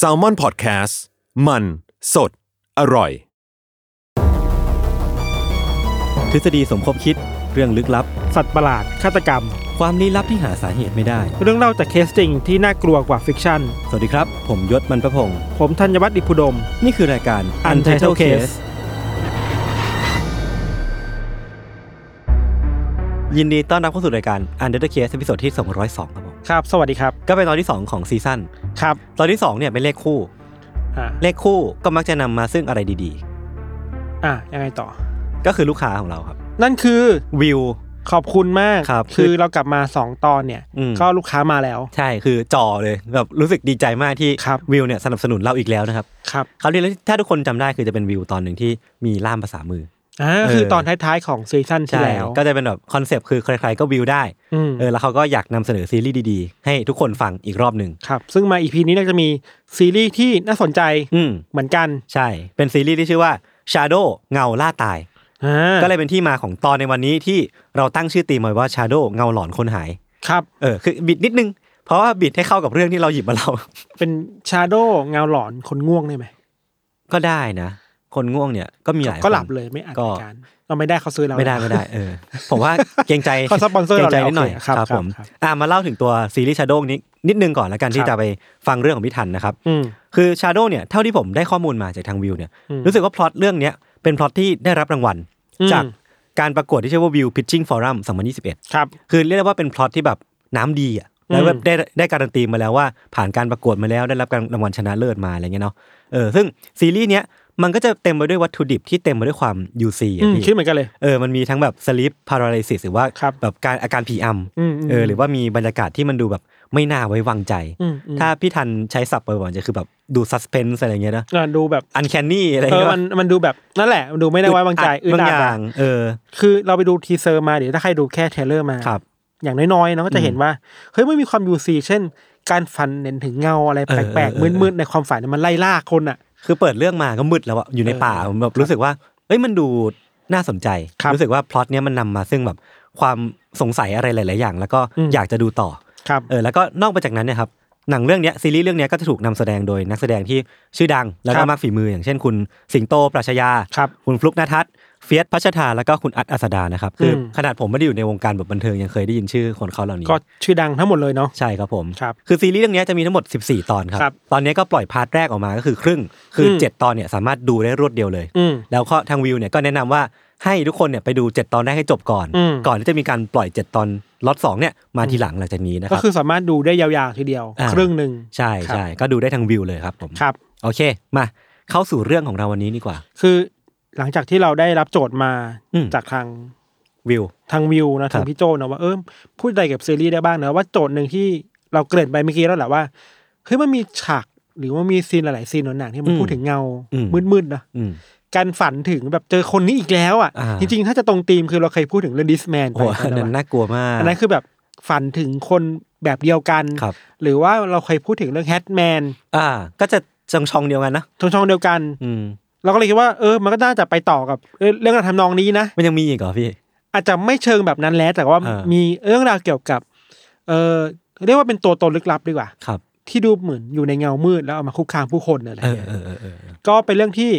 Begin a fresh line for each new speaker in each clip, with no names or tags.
s a l m o n PODCAST มันสดอร่อย
ทฤษฎีสมคบคิดเรื่องลึกลับ
สัตว์ประหลาด ฆาตกรรม
ความลี้ลับที่หาสาเหตุไม่ได้
เรื่องเล่าจากเคสจริงที่น่ากลัวกว่าฟิกชั่น
สวัสดีครับ ผมยศมันประพงศ์
ผมธัญวัฒน์อิพุดม
นี่คือรายการ
Untitled Case
ยินดีต้อนรับเข้าสู่รายการ Untitled Case ตอนที่ 202 ครับผม
ครับ สวัสดีครับ
ก็เป็นตอนที่ 2 ของซีซั่น
ครับ
ตอนที่ 2 เนี่ยเป็นเลขคู่
อ่า
เลขคู่ก็มักจะนำมาซึ่งอะไรดี
อ่ะยังไงต่อ
ๆ ก็คือลูกค้าของเราครับ
นั่นคือ
วิว
ขอบคุณมาก
ครับ
คือเรากลับมา 2 ตอนเนี่ย
อืม
ก็ลูกค้ามาแล้ว
ใช่คือจอเลยแบบรู้สึกดีใจมากที่
ครับ
วิวเนี่ยสนับสนุนเราอีกแล้วนะครับ
ครับ
คราวนี้แล้วถ้าทุกคนจำได้คือจะเป็นวิวตอนหนึ่งที่มีล่ามภาษามือ
อ่า
เออ
คือตอนท้ายๆของซีซั่นที่แล้ว
ก็จะเป็นแบบคอนเซปต์คือใครๆก็วิวได้
อืม
เออแล้วเขาก็อยากนำเสนอซีรีส์ดีๆ ให้ทุกคนฟังอีกรอบหนึ่ง
ครับ ซึ่งมาอีพีนี้น่าจะมีซีรีส์ที่น่าสนใจ
อืม
เหมือนกัน
ใช่ เป็นซีรีส์ที่ชื่อว่า Shadow เงาล่าตาย
อ่า
ก็เลยเป็นที่มาของตอนในวันนี้ที่เราตั้งชื่อตีมไว้ว่า Shadow เงาหลอนคนหาย
ครับ
เออคือบิดนิดนึง เพราะว่าบิดให้เข้ากับเรื่องที่เราหยิบมาเรา
เป็นชาโดเงาหลอนคนง่วงได้ไหม
ก็ได้นะ คนง่วงเนี่ยก็มีหลาย
ก็ห
คน
ลับเลยไม่อ่าน
ก็
รายการเราไม่ได้เขาซื้อเรา
ไม่ได้ไม่ได้เออ ผมว่าเกรงใจ
เขาสปอนเซอร์
เกร
เรา
งใจ
แล้ว
นิดหน่อย
โอเคครับ
ครับ
ครับ
ผม
ครับ
อ่ะมาเล่าถึงตัวซีรีส์ Shadow นี้นิดนึงก่อนแล้วกันที่
ครั
จะ
บ
ไปฟังเรื่องของพี่ทันนะครับ
อืม
คือ Shadow เนี่ยเท่าที่ผมได้ข้อมูลมาจากทางวิวเนี่ย
อืม
รู้สึกว่าพล็อตเรื่องเนี้ยเป็นพล็อตที่ได้รับรางวัล
อืม
จากการประกวดที่ชื่อว่าวิว Pitching Forum 2021
ครับ
คือเรียกได้ว่าเป็นพล็อตที่แบบน้ำดีอ่ะแล้วแบบ
อืม
ได้ได้การันตีมาแล้วว่าผ่านการประกวดมาแล้วได้รับการรางวัลชนะเลิศมาอะไรเงี้ยเนาะเออซึ่งซีรีส์เนี้ยมันก็จะเต็มไปด้วยวัตถุดิบที่เต็มไปด้วยความ UC
อื
อ่ะ
ม
พี่
คิดเหมือนกันเลย
เออ มันมีทั้งแบบ sleep paralysis หรือว่า
ครับ
แบบการอาการผีอ
อืมอื
ำ
ม
เออ หรือว่ามีบรรยากาศที่มันดูแบบไม่น่าไว้วางใจ
อืมอืม
ถ้าพี่ทันใช้ศัพท์บ่อยๆจะคือแบบดู suspense อะไรเงี้ยนะ
อ่ะดูแบบ
อันแคนนี่อะไร
เออ
เงี้ย
มันมันดูแบบนั่นแหละมันดูไม่ได้ไว้วางใจอึด
บาง
อัด
อย่า
อะ
ง เออ
คือเราไปดูทีเซอร์มาเดี๋ยวถ้าใครดูแค่เทรลเลอร์มา
ครับ
อย่างน้อยๆเนาะก็จะเห็นว่า เฮ้ยไม่มีความยูซีเช่น การฝันเห็นถึงเงาอะไร
เออ
แปลก
เออเอ
ๆ
อ
มืดๆ ในความฝันเนี่ยมันไล่ล่าคนอ่ะ
คือเปิดเรื่องมาก็มืดแล้วอะอยู่ในป่าผมแบบรู้สึกว่า เอ้ย มันดูน่าสนใจ
ครับ
รู้สึกว่าพล็อตเนี้ยมันนำมาซึ่งแบบความสงสัยอะไรหลาย ๆ อย่าง แล้วก็
อืม
อยากจะดูต่อ
ครับ
เออแล้วก็นอกไปจากนั้นเนี่ยครับหนังเรื่องเนี้ยซีรีส์เรื่องเนี้ยก็จะถูกนำแสดงโดยนักแสดงที่ชื่อดัง แล้ว
ค
ก็
รับ
มากฝีมืออย่างเช่นคุณสิงโตปราชญา
ครับ
คุณฟลุกนทัศน์เฟียสพัชธาแล้วก็คุณอัดอัสดานะครับคืออ
ม
ขนาดผมไม่ได้อยู่ในวงการแบบบันเทิงยังเคยได้ยินชื่อคนเขาเหล่านี้
ก็ชื่อดังทั้งหมดเลยเนาะ
ใช่ครับผม
ครับ
อซีรีส์เรื่องเนี้ยจะมีทั้งหมด 14 ตอนครับ
ครับ
ตอนเนี้ยก็ปล่อยพาร์ทแรกออกมาก็คือครึ่งคืออ
ม
เจ็ดตอนเนี่ยสามารถดูได้รวดเดียวเลย
อืม
แล้วก็ทางวิวเนี่ยก็แนะนำว่าให้ทุกคนเนี่ยไปดูเจ็ดตอนแรกให้จบก่อน
อืม
ก่อนที่จะมีการปล่อยเจ็ดตอนล็อตสองเนี่ยมาทีหลังหลังจากนี้นะค
ก็
รับ
คือสามารถดูได้ยาวๆทีเดียว
อ่า
ครึ่งหนึ่ง
ใช่
ครับ
ใช่ก็ดูได้ทางวิวเลยครับผม
ครับ
โอเค มาเข้าสู่เรื่องของเราวันนี้ดีกว่า
คือหลังจากที่เราได้รับโจทย์มา
อืม
จากทาง
วิว
ทางวิวนะ
ครั
ทา
บ
งพี่โจนะว่าเออพูดอะไรกับซีรีส์ได้บ้างนะว่าโจทย์หนึ่งที่เราเกริ่นไปเมื่อกี้แล้วแหละว่าเฮ้ยมันมีฉากหรือว่ามีซีนหลายๆซีนหนังที่มัน
อืม
พูดถึงเงา
อืม
มืดๆนะ
อืม
การฝันถึงแบบเจอคนนี้อีกแล้วอ่ะ
อ่า
จริงๆ ถ้าจะตรงธีมคือเราเคยพูดถึงเรื่องดิสแมน
โอ้
ไป
โห
ต
อันนั้น
น
น่ากลัวมาก
อันนั้นคือแบบฝันถึงคนแบบเดียวกัน
ครับ
หรือว่าเราเคยพูดถึงเรื่องแฮทแมน
อ่า ก็จะจังชองเดียวกันนะ
ช่องๆเดียวกัน
อืม
เราก็เลยคิดว่าเออมันก็น่าจะไปต่อกับเออเรื่องราวทำนองนี้นะ
มันยังมีอีกเหรอพี่
อาจจะไม่เชิงแบบนั้นแล้วแต่ว่า
อ่ามี
มีเรื่องราวเกี่ยวกับ เออเรียกว่าเป็นตัวตนลึกลับดีกว่า
ครับ
ที่ดูเหมือนอยู่ในเงามืดแล้วเอามาคุกคามผู้คนอะไรอ
เอย่าง อเอ
เงี้ย
อเออเออ
ก็เป็นเรื่องที่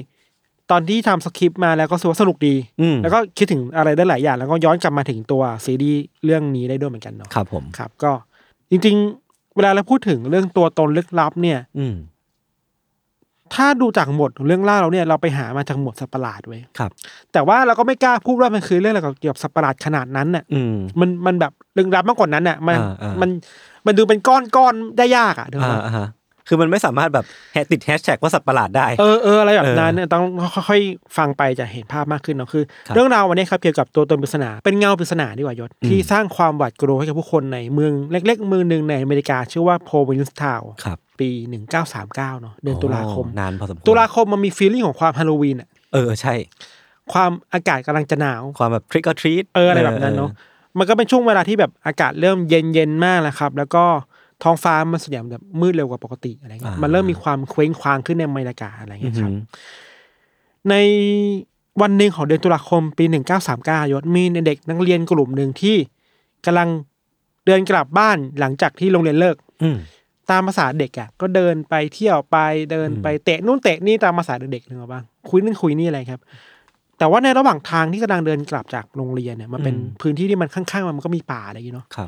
ตอนที่ทำสคริปต์มาแล้วก็รู้สึกว่าสนุกดี
อืม
แล้วก็คิดถึงอะไรได้หลายอย่าง แล้วก็ย้อนกลับมาถึงตัวซีรีส์เรื่องนี้ได้ด้วยเหมือนกันเนาะ
ครับผม
ครับ ก็จริงๆ เวลาเราพูดถึงเรื่องตัวตนลึกลับเนี่ย
อืม
ถ้าดูจากหมวดของเรื่องเล่าเราเนี่ยเราไปหามาจากหมวดสัตว์ประหลาดเว้ย
ครับ
แต่ว่าเราก็ไม่กล้าพูดว่ามันคือเรื่องอะไรเกี่ยวกับสัตว์ประหลาดขนาดนั้นน่ะ
อืม
มันมันแบบลึกลับมากกว่านั้นน่ะมัน
อ่าอ่ามั
มันมันดูเป็นก้อนก้อนได้ยากอ่ะเดี๋ยว
อ่า
นะ
อ่าฮะ คือมันไม่สามารถแบบแฮชติดแฮชแท็กว่าสัตว์ประหลาดได้
เออเอออะไรแบบนั้
เอ
น
อ
เนี่ยต้องค่อยๆฟังไปจะเห็นภาพมากขึ้นเนาะคือ
ครับ
เรื่องราววันนี้ครับเกี่ยวกับตัวตนปริศนาเป็นเงาปริศนาดีกว่ายศ
อืม
ที่สร้างความหวาดกลัวให้กับผู้คนในเมืองเล็ก ๆ เมืองหนึ่งในอเมริกา ชื่อว่าโพวินส์ทาว
ครับ
ปี 1939เนาะเดือนตุลาคม
โอ้นานพอสมควร
ตุลาคมมันมีฟีลลิ่งของความฮาโลวีนอะ
เออใช่
ความอากาศกำลังจะหนาว
ความแบบ trick or treat
เอออะไรแบบนั้นเนาะมันก็เป็นช่วงเวลาที่แบบอากาศเริ่มเย็นเย็นๆมากแล้วครับ แล้วก็ท้องฟ้ามันส่วนใหญ่มันแบบมืดเร็วกว่าปกติอะไรเงี้ย
อ่ามั
มันเริ่มมีความเคว้งคว้างขึ้นในบรรยากาศอะไร
อื
เงี้
อย
ค
หื
รับ
อ
ในวันหนึ่งของเดือนตุลาคมปี 1939ยศมีเด็กนักเรียนกลุ่มหนึ่งที่กำลังเดินกลับบ้านหลังจากที่โรงเรียนเลิก
อืม
ตามภาษาเด็กอะ่ะก็เดินไปเที่ยวไปเดินไปเตะนู่นเตะนี่ตามภาษาเด็กๆนึกออกปะคุยนั่นคุยนี่อะไรครับ แต่ว่าในระหว่างทางที่กำลังเดินกลับจากโรงเรียนเนี่ยมันเป็น
อืม
พื้นที่ที่มันข้างๆมันก็มีป่าอะไรอย่างงี้เนาะ
ครับ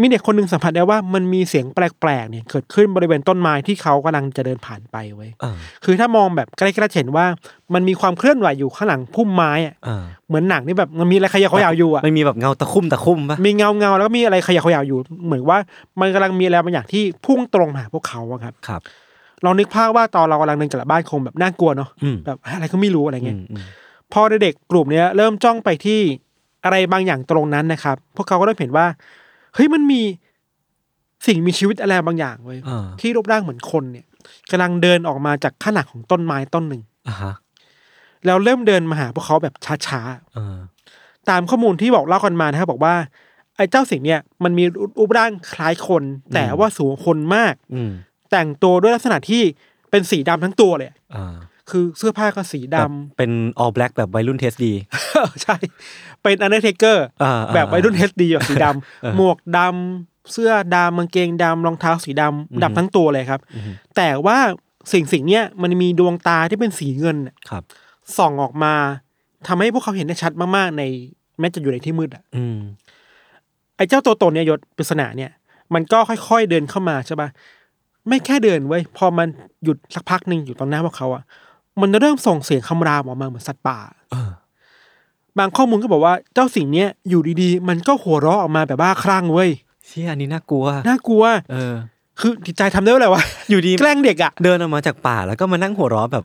มีเด็กคนหนึ่งสัมผัสได้ว่ามันมีเสียงแปลกๆเนี่ยเกิดขึ้นบริเวณต้นไม้ที่เขากำลังจะเดินผ่านไปเว้ย
อ่า
คือถ้ามองแบบใกล้ๆจะเห็นว่ามันมีความเคลื่อนไหวอยู่ข้างหลังพุ่มไม้อะ
อ่า
เหมือนหนังนี่แบบมันมีอะไรขยะขยะอยู่อ่ะ
มันมีแบบเงาตะคุ่มตะคุ่มปะ
มีเงาเงาๆแล้วก็มีอะไรขยะขยะอยู่ เหมือนว่ามันกำลังมีอะไรบางอย่างที่พุ่งตรงมาหาพวกเขาอะครับ
ครับ
ลองนึกภาพว่าตอนเรากำลังเดินกลับบ้านคงแบบน่ากลัวเนาะ
อืม
แบบอะไรก็ไม่รู้อะไร
อื
เงี้ย
มอืม
พอเด็กๆกลุ่มเนี้ยเริ่มจ้องไปที่อะไรบางอย่างตรงนั้นนะครับ พวกเขาก็เริ่มเห็นว่าเฮ้ยมันมีสิ่งมีชีวิตอะไรบางอย่างเว้ย
อ่า
ที่รูปร่างเหมือนคนเนี่ยกำลังเดินออกมาจากข้างหลังของต้นไม้ต้นหนึ่ง
อ่าฮะ
แล้วเริ่มเดินมาหาพวกเขาแบบช้า
เอ่า
ๆตามข้อมูลที่บอกเล่ากันมานะครับบอกว่าไอ้เจ้าสิ่งเนี่ยมันมีรูปร่างคล้ายคน แต่ว่าสูงกว่าคนมาก
อืม
แต่งตัวด้วยลักษณะที่เป็นสีดำทั้งตัวเลย
อ่า
คือเสื้อผ้าก็สีดำ
แบบเป็น all black แบบวัยรุ่นเทสดี
ใช่ เป็นอันเดอร์เทเกอร์
อ่า
แบบวัยรุ่นเฮ
อ่า
ดดีแบบสีดำ
เออ
หมวกดำเสื้อดำกางเกงดำรองเท้าสีดำ
อือฮึ
ดำทั้งตัวเลยครับ
อืม
แต่ว่าสิ่งสิ่งเนี้ยมันมีดวงตาที่เป็นสีเงินน่ะ
ครับ
ส่องออกมาทำให้พวกเขาเห็นได้ชัดมากๆ ในแม้จะอยู่ในที่มืดอ่ะ
อืม
ไอ้เจ้าตัวตนเนี่ยยศปริศนาเนี่ย มันก็ค่อยๆเดินเข้ามาใช่ปะไม่แค่เดินเว้ยพอมันหยุดสักพักหนึ่งอยู่ตรงหน้าพวกเขาอ่ะมันเริ่มส่งเสียงคำรามออกมาเหมือนสัตว์ป่า
เออบ
างข้อมูลก็บอกว่าเจ้าสิ่งเนี้ยอยู่ดีๆ มันก็หัวเราะออกมาแบบบ้าคลั่งเว้ย
เชี่ยอันนี้น่ากลัว
น่ากลัว
เออ
คือจิตใจทำได้ว่าอะไรวะ
อยู่ดี
แกล้งเด็กอ่ะ
เดินออกมาจากป่าแล้วก็มานั่งหัวเราะแบบ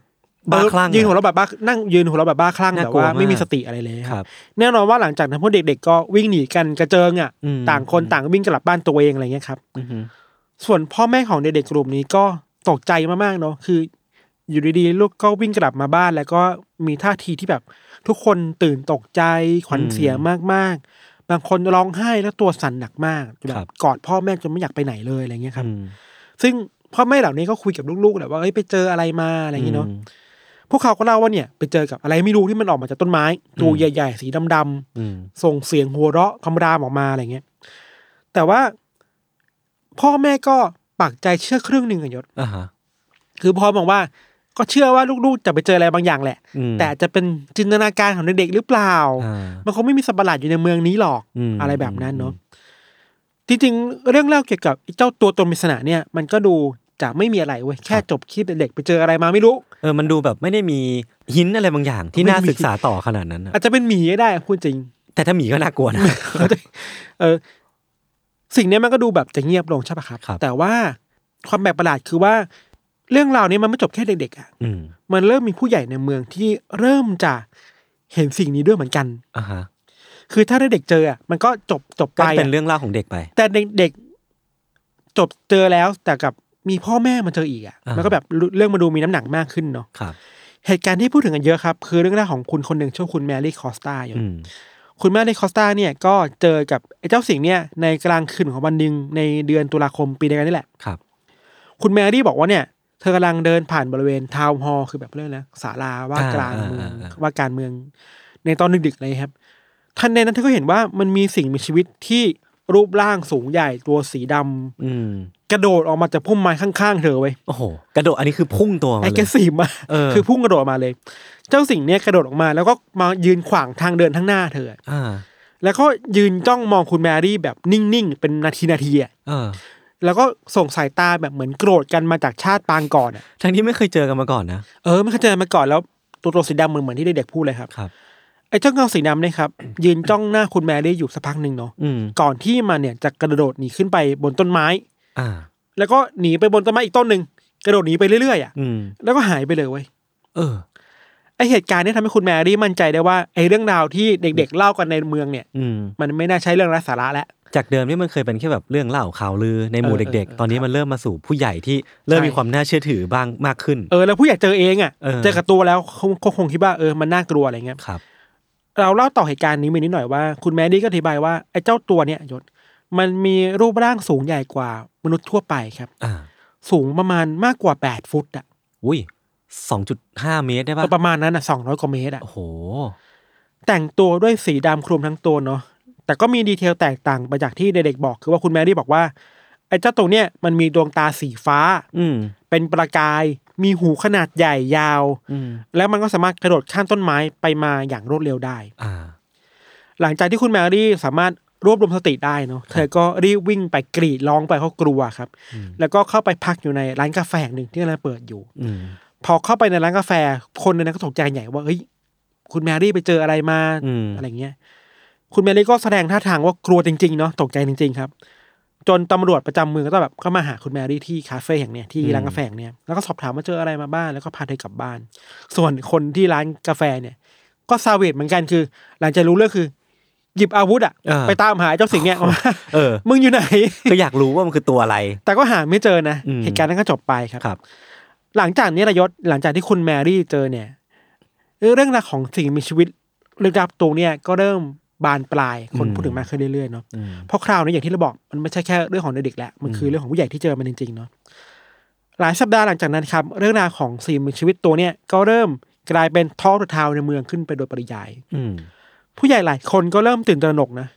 บ้าคลั่ง
ยืนหัว
อะ
เราะแบบบ้านั่งยืนหัวเราะแบบบ้าคลั่ง
น่า
แบบ
กลัว
ว่าไม่มี
มาก
สติอะไรเลย
ค
ค
รั
รับ บแน่นอนว่าหลังจากนั้นพวกเด็กๆก็วิ่งหนีกันกระเจิงอ่ะ
อืม
ต่างคนต่างวิ่งกลับบ้านตัวเองอะไรเงี้ยครับ
อือหือ
ส่วนพ่อแม่ของเด็กๆกลุ่มนี้ก็ตกใจมากๆเนาะคือ อยู่ดีๆลูกก็วิ่งกลับมาบ้านแล้วก็มีท่าทีที่แบบทุกคนตื่นตกใจขวัญเสียมากๆ บางคนร้องไห้แล้วตัวสั่นหนักมากแบกอดพ่อแม่จนไม่อยากไปไหนเลยอะไรเงี้ยครับ
อืม
ซึ่งพ่อแม่เหล่านี้ก็คุยกับลูกๆแหละว่าเอ้ยไปเจออะไรมาอะไรอย่างงี้เนาะ
อืม
พวกเขาก็เล่าว่าเนี่ยไปเจอกับอะไรไม่รู้ที่มันออกมาจากต้นไม้ตัวใหญ่ๆสีดำ
อืม
ๆส่งเสียงหัวเราะคำรามออกมาอะไรเงี้ยแต่ว่า พ่อแม่ก็ปักใจเชื่อครึ่งหนึ่งอะยศ
อ่าฮะ
คือพอมองว่าก็เชื่อว่าลูกๆจะไปเจออะไรบางอย่างแหละ
อืม
แต่จะเป็นจินตนาการของเด็กๆหรือเปล่า
อ่า
มันคงไม่มีสัตว์ประหลาดอยู่ในเมืองนี้หรอก
อืม
อะไรแบบนั้นเนาะ
อืม
จริงๆ เรื่องเล่าเกี่ยวกับไอ้เจ้าตัวตนปริศนาเนี่ย มันก็ดูจะไม่มีอะไรเว้ยแค่จบคลิปเด็กๆไปเจออะไรมาไม่รู้
เออ มันดูแบบไม่ได้มีหินอะไรบางอย่างที่น่า
ไม่มี
ศึกษาต่อขนาดนั้นอะ
อาจจะเป็นหมีก็ได้พูดจริง
แต่ถ้าหมีก็น่ากลัวนะ
เออ สิ่งเนี้ยมันก็ดูแบบจะเงียบลงใช่ปะครับ
ครับ
แต่ว่าความแปลกประหลาดคือว่า เรื่องราวเนี้มันไม่จบแค่เด็กๆอ่ะ
อืม
มันเริ่มมีผู้ใหญ่ในเมืองที่เริ่มจะเห็นสิ่งนี้ด้วยเหมือนกัน
อ่าฮะ
คือถ้าได้เด็กเจออ่ะมันก็จบจบ
ก็
ไป
เป็น
อ่ะ
เรื่องเล่าของเด็กไป
แต่เด็กเด็กจบเจอแล้วแต่กับมีพ่อแม่มาเจออีกอ่ะ
อ่ามั
มันก็แบบเรื่องมาดูมีน้ำหนักมากขึ้นเนาะ
ครับ
เหตุการณ์ที่พูดถึงกันเยอะครับ คือเรื่องแรกของคุณคนหนึ่งชื่อว่าคุณแมรี่คอสตาอยู่
อืม
คุณแมรี่คอสตาเนี่ยก็เจอกับไอ้เจ้าสิ่งเนี่ยในกลางคืนของวันหนึ่งในเดือนตุลาคมปีเดียวกันนี่แหละ
ครับ
คุณแมรี่บอกว่าเนี่ย เธอกำลังเดินผ่านบริเวณทาวน์ฮอลล์คือแบบเรื่องนะศาลาว่าการเมือง
อ่าอ่าอ่า
ว่าการเมือง ในตอนดึกๆเลยครับทันใดนั้นเธอก็เห็นว่ามันมีสิ่งมีชีวิตที่รูปร่างสูงใหญ่ตัวสีดำ
อืม
กระโดดออกมาจากพุ่มไม้ข้างๆเธอเว้ย
โอ้โห กระโดดอันนี้คือพุ่งตัวมา
ไอ้
เล
แก
ย
สีมาก
เออ
คือพุ่งกระโดดออกมาเลย เจ้าสิ่งเนี้ยกระโดดออกมา แล้วก็มายืนขวางทางเดินทั้างหน้าเธอ
อ่า
แล้วก็ยืนจ้องมองคุณแมรี่แบบนิ่งๆเป็นนาทีนาทีๆอะ
เออ
แล้วก็ส่งสายตาแบบเหมือนโกรธกันมาจากชาติปางก่อนอะ
ทั้งที่ไม่เคยเจอกันมาก่อนนะ
เออไม่เคยเจอมาก่อนแล้วตัวตัวสีดำเหมือนเหมือนที่เด็กๆพูดเลยครับ
ครับ
ไอ้เจ้าเงาสีดำเนี่ยครับ ยืนจ้องหน้าคุณแมรี่อยู่สักพักหนึ่งเนาะ
อืม
ก่อนที่มันเนี่ยจะกระโดดหนีขึ้นไปบนต้นไม้
อ่า
แล้วก็หนีไปบนต้นไม้อีกต้นหนึ่งกระโดดหนีไปเรื่อยๆอ่ะ
อืม
แล้วก็หายไปเลยเว้ย
เออ
ไอเหตุการณ์เนี้ทำให้คุณแมรี่มั่นใจได้ว่าไอเรื่องราวที่เด็ก ๆ เล่ากันในเมืองเนี่ย
อืม
มันไม่น่าใช่เรื่องไร้สาระแล้ว
จากเดิมที่มันเคยเป็นแค่แบบเรื่องเล่าข่าวลือในหมู่
เออ
เด็ก
เออ
ๆ ตอนนี้มันเริ่มมาสู่ผู้ใหญ่ที่เริ่ม
ใช่
มีความน่าเชื่อถือบ้างมากขึ้น
เออแล้วผู้ใหญ่เจอเองอ่ะ
เออ
เจอกับตัวแล้วคงคงคงคิดว่าเออมันน่ากลัวอะไรเงี้ย
ครับ
เราเล่าต่อเหตุการณ์นี้มานิดหน่อยว่า คุณแมรี่ก็อธิบายว่าไอ้เจ้าตัวเนี่ยยศมันมีรูปร่างสูงใหญ่กว่ามนุษย์ทั่วไปครับ
อ่า
สูงประมาณมากกว่า 8 ฟุตอะ
อุ้ยสองจุดห้าเมตรได้ปะ
เออประมาณนั้นอะสองร้อยกว่าเมตรอะ
โอ้โห
แต่งตัวด้วยสีดำคลุมทั้งตัวเนาะแต่ก็มีดีเทลแตกต่างไปจากที่เด็กๆบอก คือว่าคุณแมรี่บอกว่า ไอ้เจ้าตัวเนี่ยมันมีดวงตาสีฟ้า
อืม
เป็นประกาย มีหูขนาดใหญ่ยาว
อืม
แล้วมันก็สามารถกระโดดข้ามต้นไม้ไปมาอย่างรวดเร็วได้
อ่า
หลังจากที่คุณแมรี่สามารถรวบรวมสติได้เนาะ เธอก็รีบวิ่งไปกรีดร้องไปเขาะกลัวครับ
อืม
แล้วก็เข้าไปพักอยู่ในร้านกาแฟแห่งหนึ่งที่กำลังเปิดอยู่
อืม
พอเข้าไปในร้านกาแฟ คนในนั้นก็ตกใจใหญ่ว่า เฮ้ย คุณแมรี่ไปเจออะไรมา
อืม
อะไรเงี้ย คุณแมรี่ก็แสดงท่าทางว่ากลัวจริงๆเนาะ ตกใจจริง ๆ ครับ จนตำรวจประจำเมืองก็ต้องแบบเข้ามาหาคุณแมรี่ที่คาเฟ่แห่งเนี้ยที่
อืม
ร้านกาแฟแห่งเนี้ยแล้วก็สอบถามว่าเจออะไรมาบ้างแล้วก็พาเธอกลับบ้าน ส่วนคนที่ร้านกาแฟเนี่ย ก็ซาเวตเหมือนกันคือ หลังจากรู้เรื่องคือ หยิบอาวุธอะ
เออ
ไปตามหาเจ้าสิ่งเนี้ยว่า
เออ
มึงอยู่ไหน
ก็อยากรู้ว่ามันคือตัวอะไร
แต่ก็หาไม่เจอนะ
อืม
เหตุการณ์นั้นก็จบไปครับ
ครับ
หลังจากนี้ระยศหลังจากที่คุณแมรี่เจอเนี่ยเรื่องราวของสิ่งมีชีวิตลึกลับตัวเนี่ยก็เริ่มบานปลายคน
อืม
พูดถึงมากขึ้นเรื่อยๆเนาะ
อืม
เพราะคราวนี้อย่างที่เราบอกมันไม่ใช่แค่เรื่องของเด็กๆแล้วมันคือ
ม
เรื่องของผู้ใหญ่ที่เจอมันจริงๆเนาะหลายสัปดาห์หลังจากนั้นครับ เรื่องราวของสิ่งมีชีวิตตัวเนี่ยก็เริ่มกลายเป็นท้องทาวในเมืองขึ้นไปโดยปริยาย
อืม
ผู้ใหญ่หลายคนก็เริ่มตื่นตระหนกนะ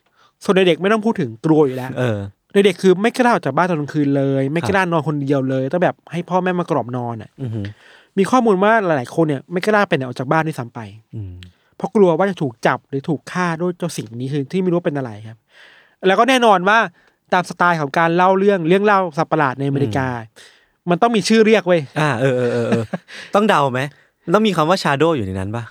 ส่วนเด็กๆไม่ต้องพูดถึงกลัวอยู่แล้ว
เออ
เด็กๆคือไม่กล้าออกจากบ้านตอนกลางคืนเลย ไม่
ครับ
กล้านอนคนเดียวเลยต้องแบบให้พ่อแม่มากรอบนอนอ่ะ
อืม
มีข้อมูลว่าหลายๆคนเนี่ยไม่กล้าไปไหนออกจากบ้านด้วยซ้ำไป
อืม
เพราะกลัวว่าจะถูกจับหรือถูกฆ่าด้วยเจ้าสิ่งนี้คือที่ไม่รู้ว่าเป็นอะไรครับ แล้วก็แน่นอนว่าตามสไตล์ของการเล่าเรื่องเรื่องเล่าสัตว์ประหลาดในอเมริกา มันต้องมีชื่อเรียกเว้ย
อ่า เออเออเออเอ อ ต้องเดาไหมต้องมีคำว่าชาโดอยู่ในนั้นปะ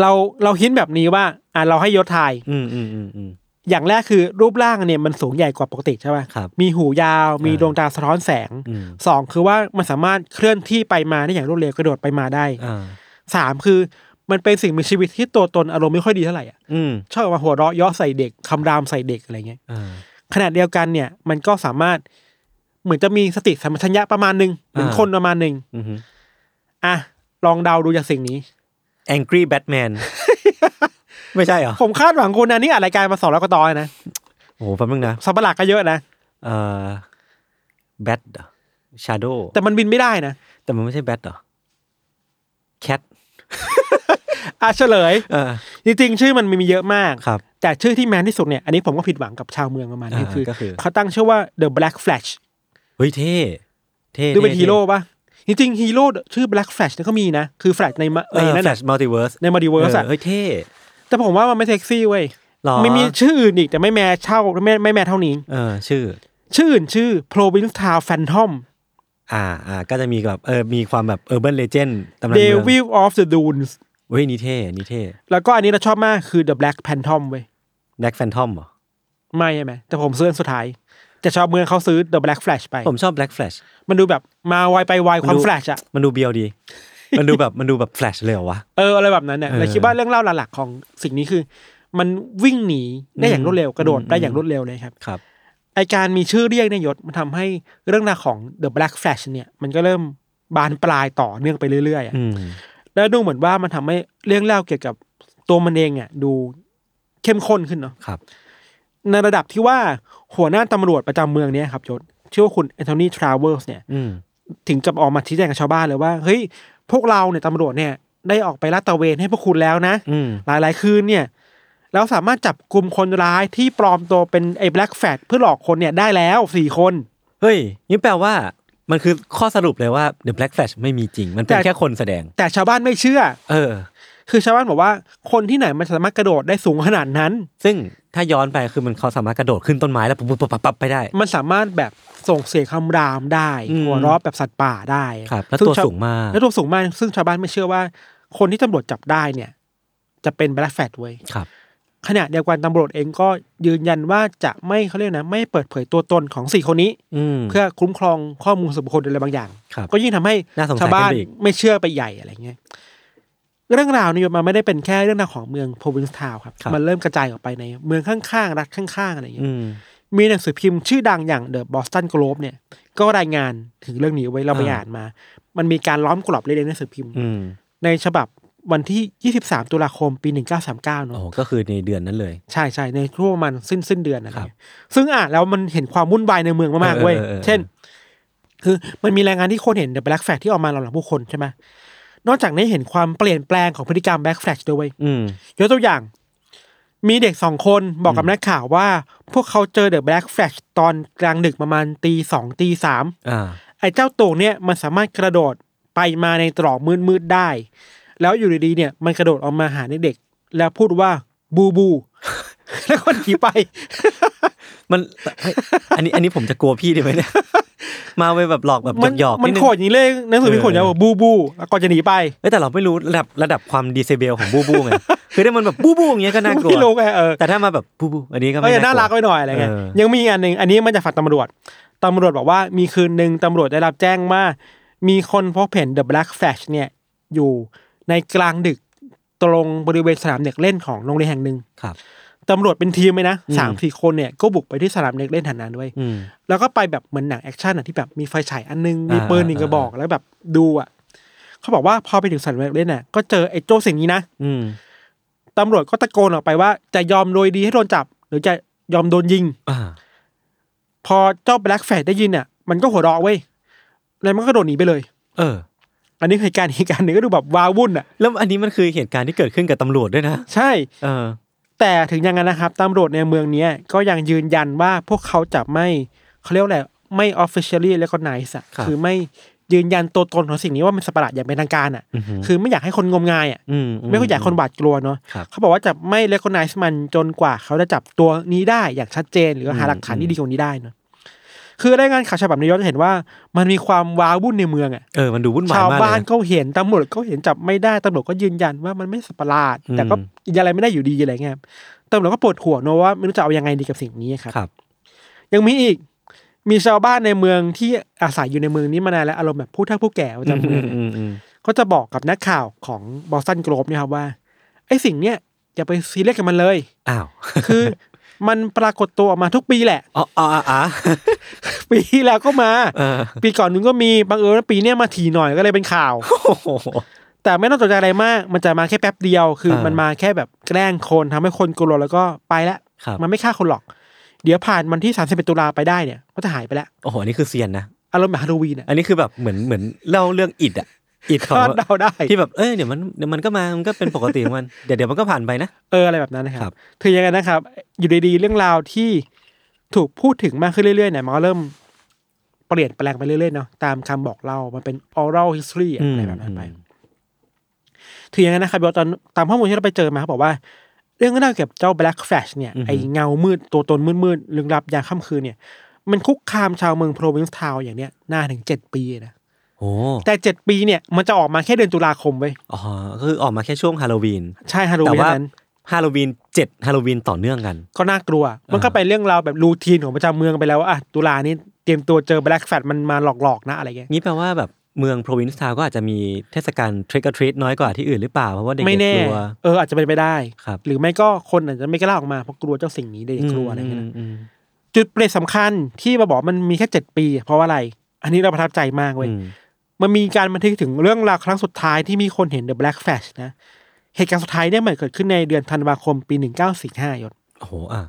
เราเราฮินแบบนี้ว่าอ่ะเราให้ยศทาย
อืมอืมอืมอืม
อย่างแรกคือรูปร่างเนี่ยมันสูงใหญ่กว่าปกติใช่ป่ะ
ครับ
มีหูยาวมี
เออ
ดวงตาสะท้อนแสง
อืม
สองคือว่ามันสามารถเคลื่อนที่ไปมาได้อย่างรวดเร็วกระโดดไปมาได้
อ่า
สามคือมันเป็นสิ่งมีชีวิตที่ตัวตนอารมณ์ไม่ค่อยดีเท่าไหร่อะ
อืม
ชอบมาหัวเราะเย่อใส่เด็กคำรามใส่เด็กอะไรเงี้ย
อ่า
ขณะเดียวกันเนี่ยมันก็สามารถเหมือนจะมีสติสัมปชัญญะประมาณหนึ่งเหมือน
อ่า
คนประมาณหนึ่ง
อืมฮึ
อ่ะลองเดาดูจากสิ่งนี้
Angry Batman ไม่ใช่เหรอ
ผมคาดหวังคุณนะนี่อ่านรายการมาสองร้อยกว่าตอนนะ
โอ้โหแป๊บนึงนะ
สัมปหลาดก็เยอะนะ
เอ่อแบทชาโด
แต่มันบินไม่ได้นะ
แต่มันไม่ใช่แบทเหรอแคท
อ่ะเฉลย
เออ
จริงๆชื่อมันมีเยอะมาก
ครับ
แต่ชื่อที่แมนที่สุดเนี่ยอันนี้ผมก็ผิดหวังกับชาวเมืองประมาณนี้
อ่า
คือ
ก็คือ
เขาตั้งชื่อว่า The Black Flash
เฮ้ยเท่เท่
ดูเป็น
ท่
ฮีโร่ปะจริงๆฮีโร่ชื่อ Black Flash เนี่ยก็มีนะคือแฟลชในมะ
เอ
ใน
อ
นั่น
แฟล
น่ะ
ชมัลติเวิร์ส
ในมาดิเวิร์สอะ
เฮ้ยเท่
แต่ผมว่ามันไม่เซ็กซี่เว้ย
หรอ
ไม่มีชื่ออื่นอีก แต่ไม่แม่เช่าไม่ไม่แม่เท่านี้
เออ ชื่อ
ชื่ออื่นชื่อ Province Town Phantom
อ่าอ่าก็จะมีแบบเออมีความแบบเออร์เบิร์นเลเจนด์ตำนานเมือง
Devil of the Dunes
เว้ยนี่เท่นี่เท่
แล้วก็อันนี้เราชอบมากคือ The Black Phantom เว้ย
แดกแฟนทอมเหรอ
ไม่ใช่ไหมแต่ผมซื้ออันสุดท้าย แต่ชาวเมืองเขาซื้อ The Black Flash ไป
ผมชอบแบล็กแฟลช
มันดูแบบมาไวไปไวควา
มั
ม
นดู
แฟลชอะ
มันดูเบี ยวดี มันดูแบบมันดูแบบแฟลชเลยเหรอวะ
เอออะไรแบบนั้นเนี่ย
เออ
เราคิดว่าเรื่องเล่าหลักๆของสิ่งนี้คือ มันวิ่งหนีได้อย่างรวดเร็วกระโดด
อืม
ได้อย่างรวดเร็วเลยครับ
ครับ
ไอการมีชื่อเรียกในยยศมันทำให้เรื่องราวของ The Black Flash เนี่ยมันก็เริ่มบานปลายต่อเนื่องไปเรื่อยๆอะ
อืม
แล้วดูเหมือนว่ามันทำให้เรื่องเล่าเกี่ยวกับตัวมันเองอ่ะดูเข้มข้นขึ้นเนาะ
ครับ
ในระดับที่ว่าหัวหน้าตำรวจประจำเมืองเนี้ยครับยศชื่อว่าคุณแอนโทนีทราเวลส์เนี่ย
อืม
ถึงกับออกมาชี้แจงกับชาวบ้านเลยว่า เฮ้ย พวกเราเนี่ยตำรวจเนี่ยได้ออกไปลาดตระเวนให้พวกคุณแล้วนะ
อืม
หลายๆคืนเนี่ยแล้วสามารถจับกลุ่มคนร้ายที่ปลอมตัวเป็นไอ้แบล็กแฟดเพื่อหลอกคนเนี่ยได้แล้วสี่คน
เฮ้ยนี่แปลว่ามันคือข้อสรุปเลยว่า The Black Flash ไม่มีจริง มันเป็น
แต่
แค่คนแสดง
แต่ชาวบ้านไม่เชื่อ
เออ
คือชาวบ้านบอกว่าคนที่ไหนมันสามารถกระโดดได้สูงขนาดนั้น
ซึ่งถ้าย้อนไปคือมันเขาสามารถกระโดดขึ้นต้นไม้แล้วปุ๊บปุ๊บปั๊บปั๊บไปได้
มันสามารถแบบส่งเสียงคำรามได้
อืม
หัวเราะแบบสัตว์ป่าได้
ครับ แล้ว
ซึ่
ตัว
ชา
สูงมาก
แล้วตัวสูงมากซึ่งชาวบ้านไม่เชื่อว่า คนที่ตำรวจจับได้เนี่ย จะเป็นแบล็กแฟดเว้ย
ครับ
ขณะเดียวกันตำรวจเองก็ยืนยันว่าจะไม่เขาเรียกนะ ไม่เปิดเผยตัวตนของสี่คนนี้
อืม
เพื่อคุ้มครองข้อมูลส่วนบุคคลอะไรบางอย่าง
ครับ
ก็ยิ่งทำให้
น่าสงสัย
ชาวบ้าน
ขึ้นไปอีก
ไม่เชื่อไปใหญ่อะไรเงี้ยเรื่องราวนี้มันไม่ได้เป็นแค่เรื่องราวของเมืองโพวินส์ทาวครับ มันเริ่มกระจายออกไปในเมืองข้างๆรัฐข้างๆอะไรเงี้ย
อืม
มีหนังสือพิมพ์ชื่อดังอย่างเดอะบอสตัน l ก b e เนี่ย ก็รายงานถึงเรื่องนี้ไว้เราไป
อ่า
อ่านมา มันมีการล้อมกรอบเล็กๆในหนังสือพิมพ์
อืม
ในฉบับวันที่ 23 ตุลาคมปี 1939เน
โอ้
อะ
ก็คือในเดือนนั้นเลย
ใช่ใช่ในช่วงประมันสิ้นสิ้นเดือนนะเนี่ยซึ่งอ่านแล้วมันเห็นความวุ่นวายในเมืองมากๆเว้ย
เออเออเออ
เช่น คือมันมีรายงานที่คนเห็นเดอะแบล็กแฟกที่ออกมาหลังๆผู้คนใช่ไหมนอกจากนี้เห็นความเปลี่ยนแปลงของพฤติกรรมแบล็กแฟกด้วยเว้ย
อืม
ยกตัวอย่าง มีเด็กสองคนบอกกับนักข่าวว่า พวกเขาเจอเดอะแบล็กแฟลชตอนกลางดึกประมาณตีสองตีสาม
อ่า
ไอ้เจ้าตัวเนี่ยมันสามารถกระโดดไปมาในตรอกมืดๆได้ แล้วอยู่ดีๆเนี่ยมันกระโดดออกมาหาเด็กๆแล้วพูดว่าบูบู แล้วคนขี่ไป
มันเฮ้ยอันนี้อันนี้ผมจะกลัวพี่ได้ไหมเนี่ย มาไปแบบหลอกแบบ
มั
หยอกๆ
มัน
ดง
โขดอย่างนี้เลยหนังสือพิมพ์โขดอย่างนี้ว่าบูบู แล้วก็จะหนีไป
เอ้ยแต่เราไม่รู้ระดับระดับความดีเซเบลของบูบูไง คือถ้ามันแบบบูบูอย่างเงี้ยก็น่ากลัว
ไม่รู้ไงเออ
แต่ถ้ามาแบบบูบูอันนี้ก็
เอ
ไม่
อน่ารัก
กลัว
ไว้หน่อยอะไรเงี้ย
เออ
ยังมีอันหนึ่งอันนี้มันจะฝัดตำรวจตำรวจบอกว่ามีคืนหนึ่งตำรวจได้รับแจ้งว่า มีคนพบเห็น The Black Flash เนี่ยอยู่ในกลางดึกตรงบริเวณสนามเด็กเล่นของโรงเรียนแห่งหนึ่ง
ครับ
ตำรวจเป็นทีมเลยนะ
อืม
สามสี่คนเนี่ยก็บุกไปที่สนามเด็กเล่นแห่งนั้นด้วย
อืม
แล้วก็ไปแบบเหมือนหนังแอคชั่นอ่ะที่แบบมีไฟฉายอันนึงมี
อ่า
ปืนหนึ่งกระบอกแล้วแบบดูอ่ะเขาบอกว่าพอไปถึงสนามเด็กเล่นน่ะก็เจอไอ้โจสิ่งนี้นะ
ืม
ตำรวจก็ตะโกนออกไปว่าจะยอมโดยดีให้โดนจับ หรือจะยอมโดนยิง
อ่า
พอเจ้าแบล็กแฟดได้ยินเนี่ยมันก็หัวเราะเว้ยแล้วมันก็โดดหนีไปเลย
เออ
อันนี้เหตุการณ์เหตุการณ์หนึ่งก็ดูแบบวาวุ่นอ่ะ
แล้วอันนี้มันคือเหตุการณ์ที่เกิดขึ้นกับตำรวจด้วยนะ
ใช่
เออ
แต่ถึงอย่างนั้นนะครับตำรวจในเมืองเนี้ยก็ยังยืนยันว่าพวกเขาจะไม่เขาเรียกว่าอะไรไม่ officially recognize อะ
ครับ
คือไม่ยืนยันตัวตนของสิ่งนี้ว่ามันสัตว์ประหลาดอย่างเป็นทางการอ่ะ
อือหือ
คือไม่อยากให้คนงมงายอ่ะ
อื
ไม่ค่อยอยากให้คนหวาดกลัวเนาะ
ครับ
เขาบอกว่าจะไม่ recognize มันจนกว่าเขาจะจับตัวนี้ได้อย่างชัดเจน หรือว่าหา
อืม
หลักฐานที่ดีกว่านี้ได้เนาะคือรายงานข่าวฉบับนี้ย้อนจะเห็นว่า มันมีความว้าวุ่นในเมืองอ่ะ
เออมันดูวุ่นวาย
ชาว
มาก
บ้า
เล
น
ย
ก็เห็นตำรวจก็เห็นจับไม่ได้ตำรวจก็ยืนยันว่ามันไม่สัตว์ประหลาด แต่ก็
อืม
ยืนยันอะไรไม่ได้อยู่ดีอะไรเงี้ยครับตำรวจก็ปวดหัวเนอะว่าไม่รู้จะเอายังไงดีกับสิ่งนี้ครับ
ครับ
ยังมีอีก มีชาวบ้านในเมืองที่อาศัยอยู่ในเมืองนี้มานานแล้วอารมณ์แบบผู้เฒ่าผู้แก่ประจำเมือง
อืมอืม
ก็จะบอกกับนักข่าวของบอสตันโกลบเนี่ยครับว่าไอ้สิ่งเนี้ยอย่าไปซีเรียสกับมันเลย
อ้าว
คือมันปรากฏตัวออกมาทุกปีแหละ
อ๋ออ๋ออ๋อ
ปีที่แล้วก็มา
เอ อ
ปีก่อนนึงก็มีบังเอิญว่าปีเนี้ยมาถี่หน่อยก็เลยเป็นข่าว
โอ้โห
แต่ไม่ต้องตกใจอะไรมาก มันจะมาแค่แป๊บเดียว คือ
เออ
มันมาแค่แบบแกล้งคนทำให้คนกลัวแล้วก็ไปละ
ครับ
มันไม่ฆ่าคนหรอก เดี๋ยวผ่านวันที่ 31 ตุลาไปได้เนี่ยก็จะหายไปแล้ว
โอ้โหอันนี้คือเซียนนะ
อารมณ์แบบฮาโลวีนอ่ะ
อันนี้คือแบบเหมือนเหมือนเล่าเรื่องอิดอะอิดขอ
คาง ดเดาได้
ที่แบบเอ้ยเดี๋ยวมันเดี๋ยวมันก็มามันก็เป็นปกติของมันเดี๋ยวเดี๋ยวมันก็ผ่านไปนะ
เอออะไรแบบนั้นนะค
ครั
รับบ ถือยังไงนะครับ อยู่ดีๆเรื่องราวที่ถูกพูดถึงมากขึ้นเรื่อยๆเนี่ยมันก็เริ่มเปลี่ยนแปลงไปเรื่อยๆเนาะตามคำบอกเล่ามันเป็น oral history อะ
อืม
อะไรแบบนั้นไปถือยังไงนะครับเดี๋ยวตอนตามข้อมูลที่เราไปเจอมาเขาบอกว่า เรื่องเล่าเกี่ยวกับเจ้า black flash เนี่ยไอเงามืดตัวตนมืดๆลึกลับยามค่ำคืนเนี่ย มันคุกคามชาวเมือง province town อย่างเนี้ยนานถึงเจ็ดปีนะ
โอ้
แต่เจ็ดปีเนี่ยมันจะออกมาแค่เดือนตุลาคมเว้ย
อ๋อคือออกมาแค่ช่วงฮาโลวีน
ใช่ฮาโล
แต่
วีน
ว่า
เท่านั้น
ฮาโลวีนเจ็ดฮาโลวีนต่อเนื่องกัน
ก็น่ากลัว มันก็เป็นเรื่องราวแบบรูทีนของประจำเมืองไปแล้วว่าอ่ะตุลานี่เตรียมตัวเจอแบล็กแฟ t มันมาหลอกๆนะอะไรเงี้ย
นี่แปลว่าแบบเมือง province town ก็อาจจะมีเทศกาล trick or treat น้อยกว่าที่อื่นหรือเปล่า เพราะว่าเด็ก
ไม่
ๆ
แน่
กลัว
เอออาจจะเป็นไปได้
ครับ
หรือไม่ก็คนอาจจะไม่กล้าออกมาเพราะกลัวเจ้าสิ่งนี้เด็กๆกลัวอะไรเงี้ย
ม
นะ
อืม
จุดเปลี่ยนสำคัญที่มาบอกมันมีแค่เจ็ดปี เพราะว่าอะไร อันนี้เราประทับใจมากเว้ย
อืม
มันมีการบันทึกถึงเรื่องราวครั้งสุดท้ายที่มีคนเห็นเดอะแบล็กแฟ h นะ เหตุการณ์สุดท้ายเนี่ยมันเกิดขึ้นในเดือนธันวาคมปีหนึ่งเก้าสี่ห้ายศ
โอ้โหอ่ะ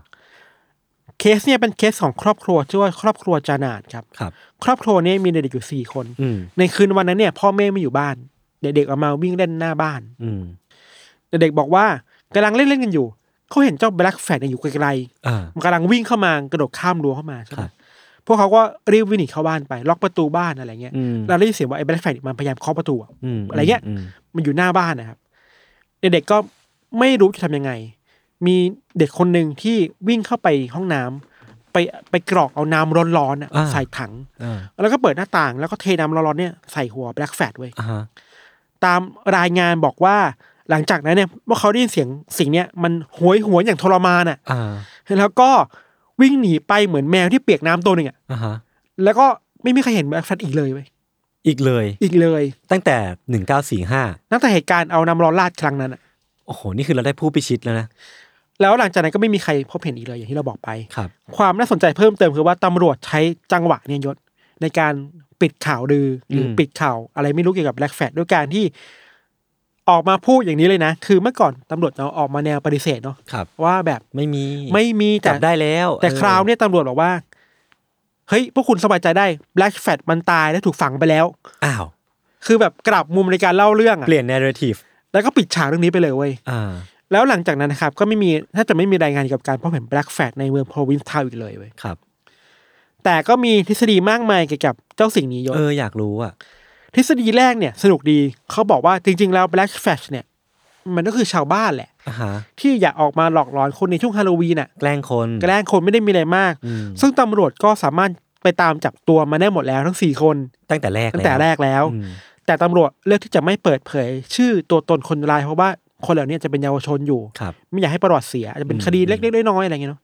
เคสเนี่ยเป็นเคสของครอบครัวชื่อว่าครอบครัวจานาดครับ
ครับ
ครอบครัวเนี้มีเด็กๆอยู่สี่คน
อืม
ในคืนวันนั้นเนี่ยพ่อแม่ไม่อยู่บ้าน เด็กๆออกมาวิ่งเล่นหน้าบ้าน
อืม
เด็กๆบอกว่ากำลังเล่นเล่นๆกันอยู่ เขาเห็นเจ้าแบล็กแฟดอยู่ไกล
อ่า
ๆมันกำลังวิ่งเข้ามากระโดดข้ามรั้วเข้ามาใช่ไห
ครั
ม
บ
พวกเขาก็รีบวิ่งหนีเข้าบ้านไป ล็อกประตูบ้านอะไรเงี้ย
อืม
เราได้ยินเสียงว่าไอ้แบล็กแฟดมันพยายามเคาะประตูอะ
ม
อะไรเงี้ย
ม
มันอยู่หน้าบ้านนะครับ เด็กๆก็ไม่รู้จะทำยังไง มีเด็กคนหนึ่งที่วิ่งเข้าไปห้องน้ำไปไปกรอกเอาน้ำร้อนๆอะใส่ถัง
อ่า
แล้วก็เปิดหน้าต่างแล้วก็เทน้ำร้อนๆเนี่ยใส่หัวแบล็กแฟดไว้ย
อ่าฮะ
ตามรายงานบอกว่า หลังจากนั้นเนี่ยเมื่อเขาได้ยินเสียงสิ่งเนี้ยมันโหยหวนอย่างทรมานอ่ะ
อ่า
แล้วก็วิ่งหนีไปเหมือนแมวที่เปียกน้ำตัวหนึ่งอ่ะ
อ่าฮะ
แล้วก็ไม่มีใครเห็นแบ็คแฟลชอีกเลยเว้ย
อีกเลย
อีกเลย
ตั้งแต่หนึ่งเก้าสี่ห้า
นับแต่เหตุการณ์เอาน้ำร้อนราดครั้งนั้นอะ
โอ้โห นี่คือเราได้ผู้พิชิตแล้วนะ
แล้วหลังจากนั้นก็ไม่มีใครพบเห็นอีกเลยอย่างที่เราบอกไป
ครับ
ความน่าสนใจเพิ่มเติมคือว่าตำรวจใช้จังหวะเนี่ยยศในการปิดข่าวดือหรืออ
ม
ปิดข่าวอะไรไม่รู้เกี่ยวกับแบล็กแฟดด้วยการที่ออกมาพูดอย่างนี้เลยนะ คือเมื่อก่อนตำรวจเราออกมาแนวปฏิเสธเนาะ
ครับ
ว่าแบบ
ไม่มี
ไม่มีแต่
จับได้แล้ว
แต่
เออ
คราวเนี้ยตำรวจบอกว่า เฮ้ย พวกคุณสบายใจได้แบล็กแฟดมันตายและถูกฝังไปแล้ว
อ้าว
คือแบบกลับมุมในการเล่าเรื่องอะ
เปลี่ยน narrative
แล้วก็ปิดฉากเรื่องนี้ไปเลยเว้ย
อ่า
แล้วหลังจากนั้นนะครับก็ไม่มีถ้าจะไม่มีรายงานเกี่ยวกับการพบเห็นแบล็กแฟดในเมืองโพวินส์ทาวอีกเลยเว้ย
ครับ
แต่ก็มีทฤษฎีมากมายเกี่ยวกับเจ้าสิ่งนี้ยศ
เอออยากรู้อ่ะ
ทฤษฎีแรกเนี่ยสนุกดี เขาบอกว่าจริง ๆ แล้ว Black Flash เนี่ย มันก็คือชาวบ้านแหละ
อ่าฮะ
ที่อยากออกมาหลอกหลอนคนในช่วงฮาโลวีนน่ะ
แกล้งคน
แกล้งคนไม่ได้มีอะไรมาก
อืม
ซึ่งตำรวจก็สามารถไปตามจับตัวมาได้หมดแล้วทั้งสี่คน
ตั้งแต่แรก
ตั้งแต่
ล้ว
แรกแล้ว
อืม
แต่ตำรวจเลือกที่จะไม่เปิดเผย ชื่อตัวตนคนร้ายเพราะว่าคนเหล่านี้จะเป็นเยาวชนอยู่
ครับ
ไม่อยากให้ประวัติเสียอาจจะเป็น
อืม
คดีเล็กๆน้อยๆอะไรเงี้ยเนาะ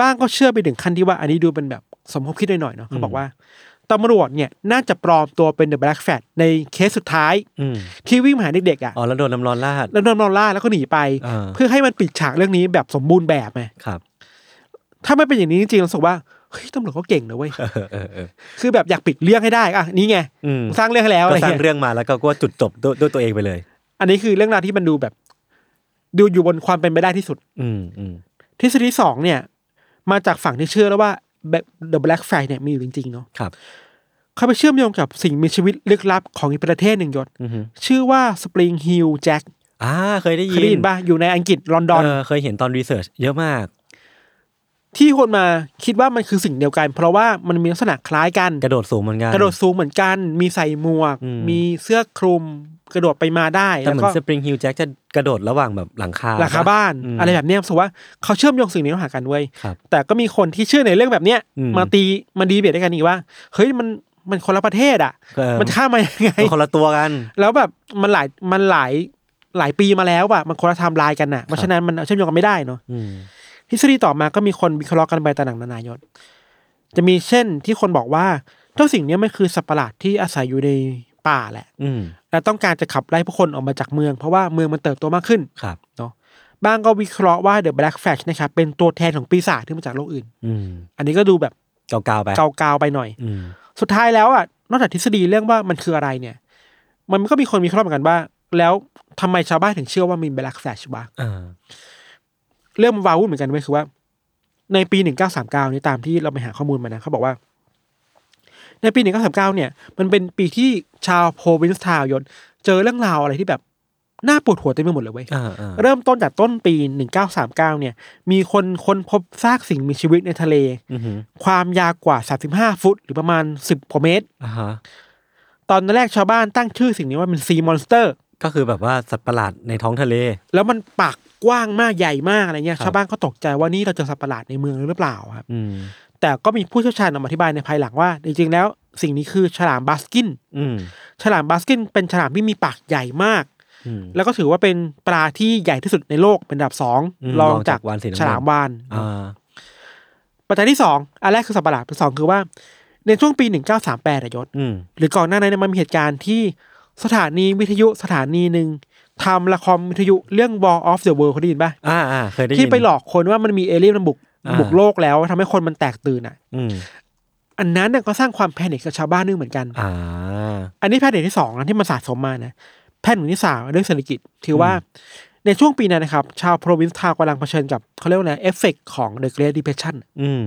บ้างก็เชื่อไปถึงขั้นที่ว่าอันนี้ดูเป็นแบบสมคบคิดหน่อยๆเนาะเขาบอ
อื
ก
ม
ว่าตำรวจเนี่ยน่าจะปลอมตัวเป็นเดอะแบล็กแฟดในเคสสุดท้าย
อืม
ที่วิ่งมาหาเด็กๆอ่ะ
อ๋อแล้วโดนน้ำร้อนราด
แล้วโดนนอนล่าแล้วก็หนีไป
เออ
เพื่อให้มันปิดฉากเรื่องนี้แบบสมบูรณ์แบบไง
ครับ
ถ้าไม่เป็นอย่างนี้จริงๆเราสึกว่าเฮ้ยตำรวจก็เก่ง นะเว้ย
เออเออเออ
คือแบบอยากปิดเรื่องให้ได้อ่ะนี่ไง
อืม
สร้างเรื่องให้แล้วอะ
ก็
ไร
สร้าง
เงี้ย
เรื่องมาแล้วก็ก็จุดจบด้วยด้วยตัวเองไปเลย
อันนี้คือเรื่องราวที่มันดูแบบ ดูอยู่บนความเป็นไปได้ที่สุด
อืมอืม
ทฤษฎีสองเนี่ย มาจากฝั่งที่เชื่อแล้วว่า The Black f l a g เนี่ยมีอยู่จริง ๆ เนาะ
ครับ
เขาไปเชื่อมโยงกับสิ่งมีชีวิตลึกลับของอีกประเทศหนึ่งยศ
อือฮึ
ชื่อว่า Spring Hill Jack
อ่าเคยได้
เค
ยิ
ยได้ยินป่ะ อยู่ในอังกฤษลอนดอน
เออเคยเห็นตอนรีเสิร์ชเยอะมาก
ที่คนมาคิดว่ามันคือสิ่งเดียวกัน เพราะว่ามันมีลักษณะคล้ายกัน
กระโดดสูงเหมือนกัน
กระโดดสูงเหมือนกัน มีใส่หมวก
อืม
มีเสื้อคลุม กระโดดไปมาได้
แต่
แล้
เห
ว
มือ
ก็
นสปริงฮิลแจ็คจะกระโดดระหว่างแบบหลังคา
หลังคาบ้าน
ม
อะไรแบบเนี้ยสมมติว่าเขาเชื่อมโยงสิ่งนี้เข้าหากันเว้ย
ครับ
แต่ก็มีคนที่เชื่อในเรื่องแบบเนี้ย
อืม
มาตีมาดีเบตด้วยกันอีกว่าเฮ้ยมันมันคนละประเทศอ่ะ
เออ
มันข้ามมายังไง
มันคนละตัวกัน
แล้วแบบมันหลายมันหลายหลายปีมาแล้วอ่ะมันคนละไทม์ไลน์กันอ่ะเพราะฉะนั้นมันเชื่อมโยงกันไม่ได้เนาะ
อืม
ทฤษฎีต่อมาก็มีคนวิเคราะห์กันไปต่างๆนานายศจะมีเช่นที่คนบอกว่าเจ้าสิ่งเนี้ยมันคือสัตว์ประหลาดที่อาศัยอยู่ในป่าแหละ
อืม
และต้องการจะขับไล่ผู้คนออกมาจากเมือง เพราะว่าเมืองมันเติบโตมากขึ้น
ครับ
บ้างก็วิเคราะห์ว่าเดอะแบล็กแฟชนะครับเป็นตัวแทนของปีศาจที่มาจากโลกอื่น
อืม
อันนี้ก็ดูแบบ
เกาๆไป
เกาๆไปหน่อย
อืม
สุดท้ายแล้วอ่ะนอกจากทฤษฎีเรื่องว่ามันคืออะไรเนี่ย มันก็มีคนมีข้อเหมือนกันว่า แล้วทำไมชาวบ้านถึงเชื่อว่ามีแบล็กแฟลชวะ
อ่า
เรื่องมันวาวุ่นเหมือนกันเว้ยคือว่า ในปี 1939เนี่ยตามที่เราไปหาข้อมูลมานะเขาบอกว่า ในปี 1939เนี่ย มันเป็นปีที่ชาวโพวินส์ทาวยนเจอเรื่องราวอะไรที่แบบน่าปวดหัวเต็มไปหมดเลยเว้ย
อ่าอ่า
เริ่มต้นจากต้นปี 1939เนี่ย มีคนค้นพบซากสิ่งมีชีวิตในทะเล
อือหือ
ความยาวกว่า 35 ฟุต หรือประมาณ 10กว่าเมตร
อ่าฮะ
ตอนแรกชาวบ้านตั้งชื่อสิ่งนี้ว่าเป็นซีมอนสเตอร์
ก็คือแบบว่าสัตว์ประหลาดในท้องทะเล
แล้วมันปากกว้างมากใหญ่มากอะไรเงี้
ค
ย
รับ
ชาวบ้านก็ตกใจว่านี่เราเจอสัตว์ประหลาดในเมืองหรือเปล่าครับ
อืม
แต่ก็มีผู้เชี่ยวชาญออกมาอธิบายในภายหลังว่า จริงๆแล้วสิ่งนี้คือฉลามบาสกิน
อืม
ฉลามบาสกินเป็นฉลามที่มีปากใหญ่มาก
อืม
แล้วก็ถือว่าเป็นปลาที่ใหญ่ที่สุดในโลกเป็นอันดับสอง
อืม
รอ
รอง งจา
จาก
กวาฬสีน้ำเงิน
ฉลามวาน
อ่า
ปัจจัยที่สองอันแรกคือสัตว์ประหลาดปัจจัยสองคือว่า ในช่วงปี 1938อะยศ
อืม
หรือก่อนหน้านั้นเนยมันมีเหตุการณ์ที่สถานีวิทยุสถานีหนึ่งทำละครวิทยุเรื่อง War of the World เขาได้ยินปะ
อ่าอ่าเคยได้ยิน
ที่ไปหลอกคนว่ามันมีเอเลี่ยนมันบุก
อ่า
บุกโลกแล้วทำให้คนมันแตกตื่นอ่ะ
อืม
อันนั้นน่ะก็สร้างความแพนิคกับชาวบ้านนึงเหมือนกัน
อ่า
อันนี้แพนิคที่สองนะที่มันสะสมมานะแพนิคที่สามเรื่องเศรษฐกิจ ถือว่าในช่วงปีนั้นนะครับ ชาวโปรวินซ์ทาวกำลังเผชิญกับเขาเรียกว่าอะไรเอฟเฟกของ The Great Depression
อืม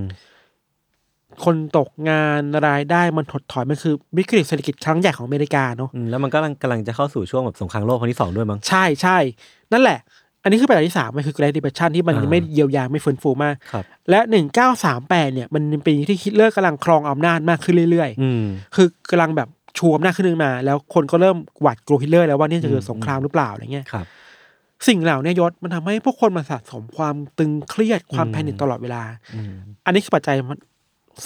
คนตกงานรายได้มันถดถอยมันคือวิกฤตเศรษฐกิจครั้งใหญ่ของอเมริกาเนอะ
อืมแล้วมันกำลังกำลังจะเข้าสู่ช่วงแบบสงครามโลกครั้งที่สองด้วยมั้ง
ใช่ใช่นั่นแหละ อันนี้คือปัจจัยที่สามมันคือ Great Depression ที่มัน
อ่า
ไม่เยียวยาไม่ฟื้นฟูมาก
ครับ
และ 1938 เนี่ย มันเป็นปีที่ฮิตเลอร์กำลังครองอำนาจมากขึ้นเรื่อย
อืม
ๆ คือกำลังแบบชูอำนาจขึ้นมา แล้วคนก็เริ่มหวาดกลัวฮิตเลอร์แล้วว่านี่จะเกิด
อืม
สงครามหรือเปล่าอะไรเงี้ย
ครับ
สิ่งเหล่านี้ยศมันทำให้พวกคนมาสะสมความตึงเครียดความ
อืม
แพนิคตลอดเวลา
อืม
อันนี้คือปัจจัยมัน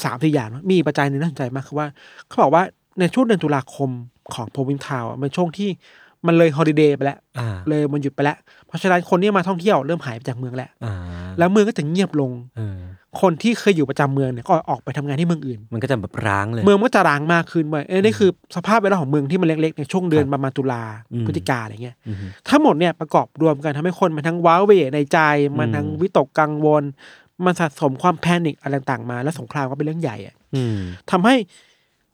สามสี่อย่างนะมีปัจจัยหนึ่งน่าสนใจมากคือว่า เขาบอกว่าในช่วงเดือนตุลาคมของโพวินทาวน์อะเป็นช่วงที่ มันเลยฮอลิเดย์ไปแล้ว
อ่า
เลยมันหยุดไปแล้ว เพราะฉะนั้นคนที่มาท่องเที่ยวเริ่มหายไปจากเมืองแล้ว
อ่า
แล้วเมืองก็จะเงียบลง
เออ
คนที่เคยอยู่ประจำเมืองเนี่ยก็ออกไปทำงานที่เมืองอื่น
มันก็จะแบบร้างเลย
เมืองมันก็จะร้างมากขึ้นไปเอ้ยนี่คือสภาพแวดล้อมของเมืองที่มันเล็กๆในช่วงเดือนประมาณตุลา
อืม
พฤศจิกาอะไรเงี้ย
อือฮึ
ทั้งหมดเนี่ยประกอบรวมกันทำให้คนมันทั้งว้าเหวในใจ มันทั้งวิตกกังวล มันสะสมความแพนิคอะไรต่างๆมา แล้วสงครามก็เป็นเรื่องใหญ่อะ
อืม
ทำให้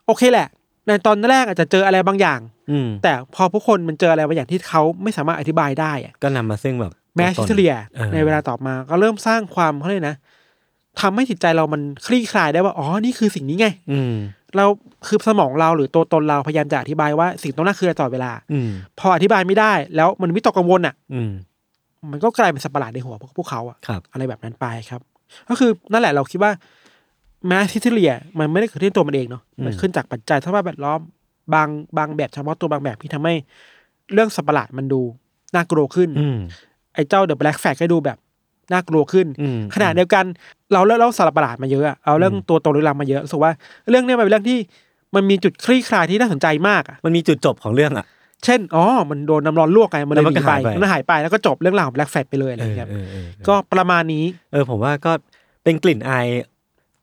โอเคแหละ ในตอนแรกอาจจะเจออะไรบางอย่าง
อืม
แต่พอผู้คนมันเจออะไรบางอย่างที่เขาไม่สามารถอธิบายได้อะ
ก็นำมาซึ่งแบบ
แมส
ต้
ซิ
นๆ
เทเลีย
เออ
ในเวลาต่อมาก็เริ่มสร้างความเขาเลยกนะทำให้จิตใจเรามันคลี่คลายได้ว่าอ๋อนี่คือสิ่งนี้ไง
อืม
เราคือสมองเราหรือตัวตนเราพยายามจะอธิบายว่าสิ่งตรงหน้าคืออะไรตลอดเวลา
อืม
พออธิบายไม่ได้ แล้วมันวิตกกังวลอ่ะ
อืม
มันก็กลายเป็นสัตว์ประหลาดในหัวพวกพวกเขาอะ
ครับ
อะไรแบบนั้นไปครับ ก็คือนั่นแหละเราคิดว่าแมสซิเทเลียมันไม่ได้เกิดขึ้นตัวมันเองเนาะ
อืม
มันขึ้นจากปัจจัยสภาพแวดล้อมบางบางแบบเฉพาะตัวบางแบบที่ทำให้เรื่องสัตว์ประหลาดมันดูน่ากลัวขึ้น
อืม
ไอ้เจ้าเดอะแบล็กแฟกก็ดูแบบน่ากลัวขึ้น
อืม
ขณะเดียวกันเราเล่าเล่าสารประหลาดมาเยอะอะเอาเรื่อง
อืม
ตัวตนลึกลับมาเยอะรู้สึกว่าเรื่องเนี้ยมันเป็นเรื่องที่มันมีจุดคลี่คลายที่น่าสนใจมากอะ
มันมีจุดจบของเรื่องอ่ะ
เช่นอ๋อมันโดนน้ำร้อนลวกไงมันเลย
แล้วมั
ห
นก็
นีไป
หายไป
มันหายไปแล้วก็จบเรื่องราวของแบล็กแฟกไปเลยอะไรอย่างเงี้ย
เออเออเออ
ก็ประมาณนี้
เออผมว่าก็เป็นกลิ่นอาย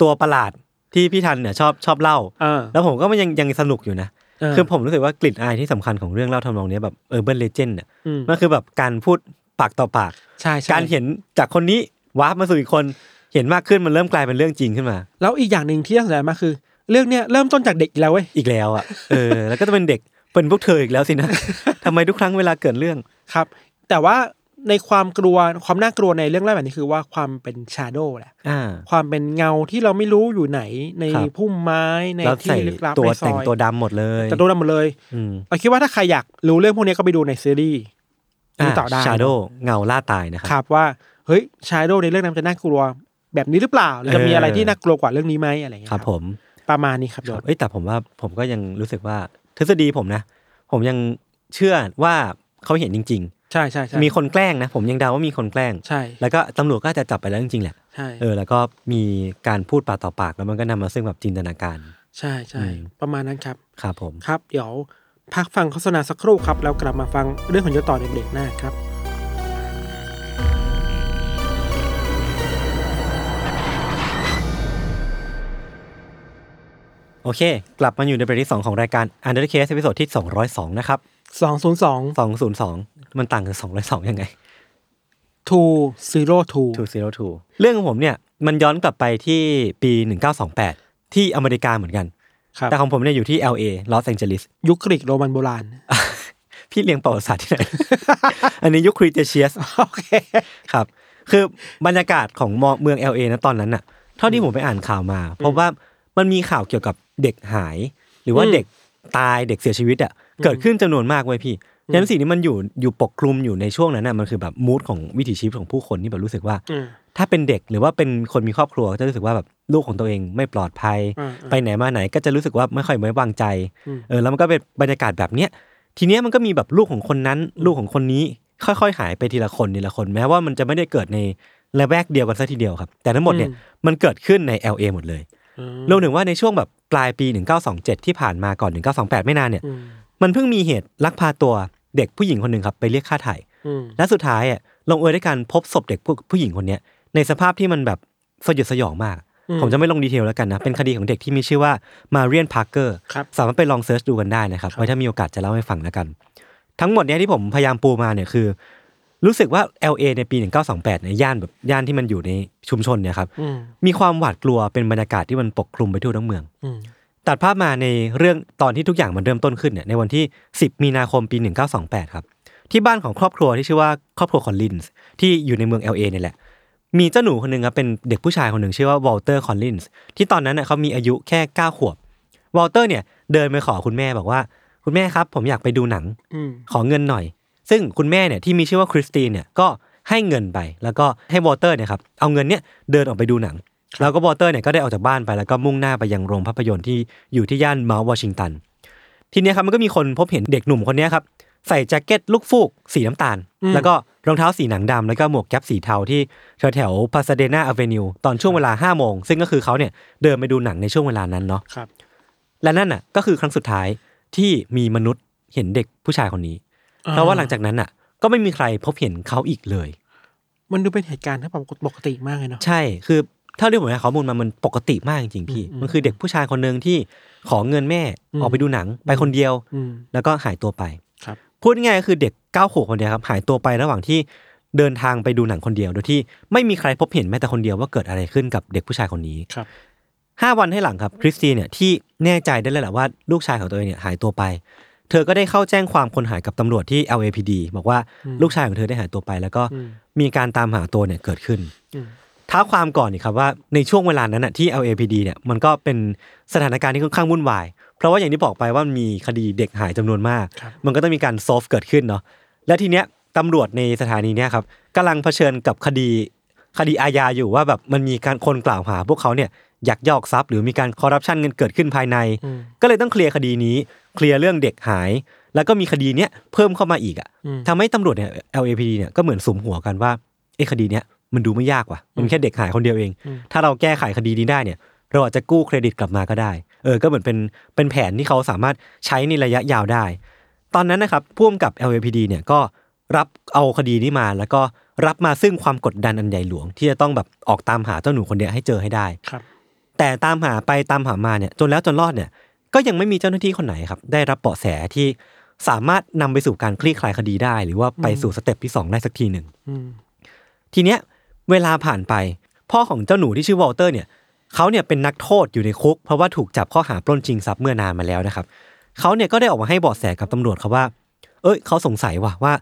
ตัวประหลาดที่พี่ทันเนี่ยชอบชอบเล่า
เออ
แล้วผมก็มันยังยังสนุกอยู่นะ
เออ
คือผมรู้สึกว่ากลิ่นอายที่สำคัญของเรื่องเล่าทำนองเนี้ยแบบเออเบิร์นเลเจนด์เนี่ย
อืม
มันคือแบบการพูดปากต่อปาก
ใช่ใช่
การเห็นจากคนนี้วาร์ปมาสู่อีกคนเห็นมากขึ้นมันเริ่มกลายเป็นเรื่องจริงขึ้นมา
แล้วอีกอย่างหนึ่งที่น่าสนใจมากคือ เรื่องเนี้ยเริ่มต้นจากเด็กอีกแล้วเว้ย
อีกแล้วอ่ะ เออ แล้วก็จะเป็นเด็กเป็นพวกเธออีกแล้วสินะ ทำไมทุกครั้งเวลาเกิดเรื่อง
ครับ แต่ว่าในความกลัวความน่ากลัวในเรื่องแรกแบบนี้คือว่าความเป็นชาโดแหละ
อ่า
ความเป็นเงาที่เราไม่รู้อยู่ไหนใน
ครับ
พุ่มไม้ใน
แล้ว
ที่
ใส่
ลึกลับ
ตัว
ในซ
แต่ง
อย
ตัวดำหมดเลย
แต่โดนหมดเลย
อืม
เราคิดว่าถ้าใครอยากรู้เรื่องพวกนี้ก็ไปดูในซีรีส์นี้ต่อได้
ชาโดเงาล่าตายนะค
ครับ รับว่าเฮ้ยชาโดในเรื่องนั้นมันจะน่ากลัว แบบนี้หรือเปล่าหรือจะมี
เอออ
อะไรที่น่ากลัวกว่าเรื่องนี้ไหมอะไรอย่างเงี้
ค
ย
รับผม
ประมาณนี้ครับ
ค
ย
รับ
ศ
เอ้ยแต่ผมว่าผมก็ยังรู้สึกว่าทฤษฎีผมนะ ผมยังเชื่อว่าเขาเห็นจริง
ใช่ใช่ใช่
ๆ มีคนแกล้งนะ ผมยังเดาว่ามีคนแกล้ง
ใช่
แล้วก็ตำรวจก็อาจจะจับไปแล้วจริงๆแหละ
ใช่
เออ แล้วก็มีการพูดปากต่อปาก แล้วมันก็นำมาซึ่งแบบจินตนาการ
ใช่ใช่
อืม
ประมาณนั้นครับ
ครับผม
ครับ เดี๋ยวพักฟังโฆษณาสักครู่ครับ แล้วกลับมาฟังเรื่องของยศต่อในเบรกหน้าครับ
โอเค กลับมาอยู่ในเบรกที่ 2 ของรายการ Under the Case ตอนที่ 202 นะครับ
202
202 มันต่างกับ 202 ยังไง
202
202 เรื่องของผมเนี่ย มันย้อนกลับไปที่ปี 1928 ที่อเมริกาเหมือนกัน
ครับ
แต่ของผมเนี่ยอยู่ที่ LA ลอสแองเจลิส
ยุคกรีกโรมันโบราณ
พี่เรียงประวัติศาสตร์ที่ไหน อันนี้ยุคครีเตเชียส
โอเค
ครับ คือบรรยากาศของเมือง LA นะตอนนั้นน่ะ เท่าที่ผมไปอ่านข่าวมา เพราะว่ามันมีข่าวเกี่ยวกับเด็กหาย หรือว่า
อืม
เด็กตายเด็กเสียชีวิตอ่ะเกิดขึ้นจำนวนมากเว้ยพี่
อืม
ฉะนั้นสิ่งที่มันอยู่อยู่ปกคลุมอยู่ในช่วงนั้นน่ะมันคือแบบมูดของวิถีชีวิตของผู้คนที่แบบรู้สึกว่า
อืม
ถ้าเป็นเด็กหรือว่าเป็นคนมีครอบครัวก็จะรู้สึกว่าแบบลูกของตัวเองไม่ปลอดภัย
อ่า
ไปไหนมาไหนก็จะรู้สึกว่าไม่ค่อยไว้วางใจ
อืม
เออแล้วมันก็เป็นบรรยากาศแบบเนี้ย ทีเนี้ยมันก็มีแบบลูกของคนนั้น ลูกของคนนี้ ค่อยๆ หายไปทีละคนทีละคน แม้ว่ามันจะไม่ได้เกิดในละแวกเดียวกันซะทีเดียวครับ แต่ทั้งหมดเนี่ย
อืม
มันเกิดขึ้นใน LA หมดเลย
อืม
รวมถึงว่าในช่วงแบบปลายปี 1927 ที่ผ่านมาก่อน 1928 ไม่นานเนี่ย
อืม
มันเพิ่งมีเหตุลักพาตัวเด็กผู้หญิงคนหนึ่งครับไปเรียกค่าไถ่
อืม
และสุดท้ายอ่ะลงเอยด้วยการพบศพเด็กผู้ผู้หญิงคนเนี้ยในสภาพที่มันแบบสยดสยองมาก ผมจะไม่ลงดีเทลแล้วกันนะ เป็นคดีของเด็กที่มีชื่อว่ามาเรียนพาร์เกอร์
ครับ
สามารถไปลองเซิร์ชดูกันได้นะครับไว้ถ้ามีโอกาสจะเล่าให้ฟังแล้วกัน ทั้งหมดเนี้ยที่ผมพยายามปูมาเนี่ยคือ รู้สึกว่า LA ในปี 1928ในยย่านแบบย่านที่มันอยู่ในชุมชนเนี่ยครับ
อืม
มีความหวาดกลัวเป็นบรรยากาศที่มันปกคลุมไปทั่วทั้งเมือง
อืม
ตัดภาพมาในเรื่องตอนที่ทุกอย่างมันเริ่มต้นขึ้นเนี่ยในวันที่ 10 มีนาคมปี 1928 ครับ ที่บ้านของครอบครัวที่ชื่อว่าครอบครัวคอนลินส์ที่อยู่ในเมือง LA เนี่ยแหละ มีเจ้าหนูคนหนึ่งครับเป็นเด็กผู้ชายคนหนึ่งชื่อว่าวอลเตอร์คอนลินส์ที่ตอนนั้นเน่ยเขามีอายุแค่ 9 ขวบวอลเตอร์เนี่ยเดินไปขอคุณแม่บอกว่า คุณแม่ครับ ผมอยากไปดูหนัง
อืม
ขอเงินหน่อย ซึ่งคุณแม่เนี่ยที่มีชื่อว่าคริสตีนเนี่ยก็ให้เงินไป แล้วก็ให้วอลเตอร์เนี่ยครับเอาเงินเนี่ยเดินออกไปดูหนัง แล้วก็วอลเตอร์เนี่ยก็ได้ออกจากบ้านไปแล้วก็มุ่งหน้าไปยังโรงภาพยนตร์ที่อยู่ที่ย่านเมาท์วอชิงตัน ทีเนี้ยครับมันก็มีคนพบเห็นเด็กหนุ่มคนเนี้ยครับใส่แจ็คเก็ตลูกฟูกสีน้ำตาล แล้วก็รองเท้าสีหนังดำแล้วก็หมวกแก๊ปสีเทาที่แถวแถวพาซาเดนาอเวนิวตอนช่วงเวลา5้าโมงซึ่งก็คือเขาเนี่ยเดินไปดูหนังในช่วงเวลานั้นเนาะ
ครับ
และนั่นน่ะก็คือครั้งสุดท้ายที่มีมนุษย์เห็นเด็กผู้ชายคนนี้
อ่า
เพราะว่าหลังจากนั้นอ่ะ ก็ไม่มีใครพบเห็นเขาอีกเลย
มันดูเป็นเหตุการณ์ที่แบบปกติมากเลยเนาะ
ใช่ คือเท่าที่ผมได้ข้อมูลมามันปกติมากจริงๆพี่
อืม
มันคือเด็กผู้ชายคนหนึ่งที่ขอเงินแม่
อืม
ออกไปดูหนังไปคนเดียว
อืม
แล้วก็หายตัวไป
ครับ
พูดง่ายๆก็คือเด็กเก้าขวบคนเดียวครับ หายตัวไประหว่างที่เดินทางไปดูหนังคนเดียว โดยที่ไม่มีใครพบเห็นแม้แต่คนเดียวว่าเกิดอะไรขึ้นกับเด็กผู้ชายคนนี้
ครับ
ห้าวันให้หลังครับคริสตีเนี่ยที่แน่ใจได้แล้วแหละว่าลูกชายของตัวเองเนี่ยหายตัวไป เธอก็ได้เข้าแจ้งความคนหายกับตำรวจที่ LAPD บอกว่า
อืม
ลูกชายของเธอได้หายตัวไป แล้วก็
อืม
มีการตามหาตัวเนี่ยเกิดขึ้น
อืม
ท้าความก่อนนี่ครับว่าในช่วงเวลานั้นน่ะที่ LAPD เนี่ยมันก็เป็นสถานการณ์ที่ค่อนข้างวุ่นวาย เพราะว่าอย่างที่บอกไปว่ามันมีคดีเด็กหายจำนวนมาก
ครับ
มันก็ต้องมีการโซฟเกิดขึ้นเนาะและทีเนี้ยตำรวจในสถานีเนี่ยครับกำลังเผชิญกับคดีคดีอาญาอยู่ว่าแบบมันมีการคนกล่าวหา พวกเขาเนี่ยยักยอกทรัพย์หรือมีการคอร์รัปชันเงินเกิดขึ้นภายใน
อืม
ก็เลยต้องเคลียร์คดีนี้เคลียร์เรื่องเด็กหาย แล้วก็มีคดีเนี้ยเพิ่มเข้ามาอีกอ่ะ
อืม
ทำให้ตำรวจเนี่ย LAPD เนี่ยก็เหมือนสุมหัวกันว่าไอ้คดีเนี้ยมันดูไม่ยากว่ะมันแค่เด็กหายคนเดียวเอง
อืม
ถ้าเราแก้ไขคดีนี้ได้เนี่ยเราอาจจะกู้เครดิตกลับมาก็ได้เออก็เหมือนเป็นเป็นแผนที่เขาสามารถใช้ในระยะยาวได้ ตอนนั้นนะครับพ่วงกับ LAPD เนี่ยก็รับเอาคดีนี้มา แล้วก็รับมาซึ่งความกดดันอันใหญ่หลวง ที่จะต้องแบบออกตามหาเจ้าหนูคนเนี้ยให้เจอให้ได้
ครับ
แต่ตามหาไปตามหามาเนี่ยจนแล้วจนรอดเนี่ยก็ยังไม่มีเจ้าหน้าที่คนไหนครับ ได้รับเบาะแสที่สามารถนำไปสู่การคลี่คลายคดีได้ หรือว่าไปสู่สเต็ปที่สองได้สักทีหนึ่ง
อืม
ทีเนี้ยเวลาผ่านไป พ่อของเจ้าหนูที่ชื่อวอลเตอร์เนี่ยเขาเนี่ยเป็นนักโทษอยู่ในคุก เพราะว่าถูกจับข้อหาปล้นชิงทรัพย์เมื่อนานมาแล้วนะครับเขาเนี่ยก็ได้ออกมาให้เบาะแสกับตำรวจครับว่า เอ้ยเขาสงสัยว่ะว่า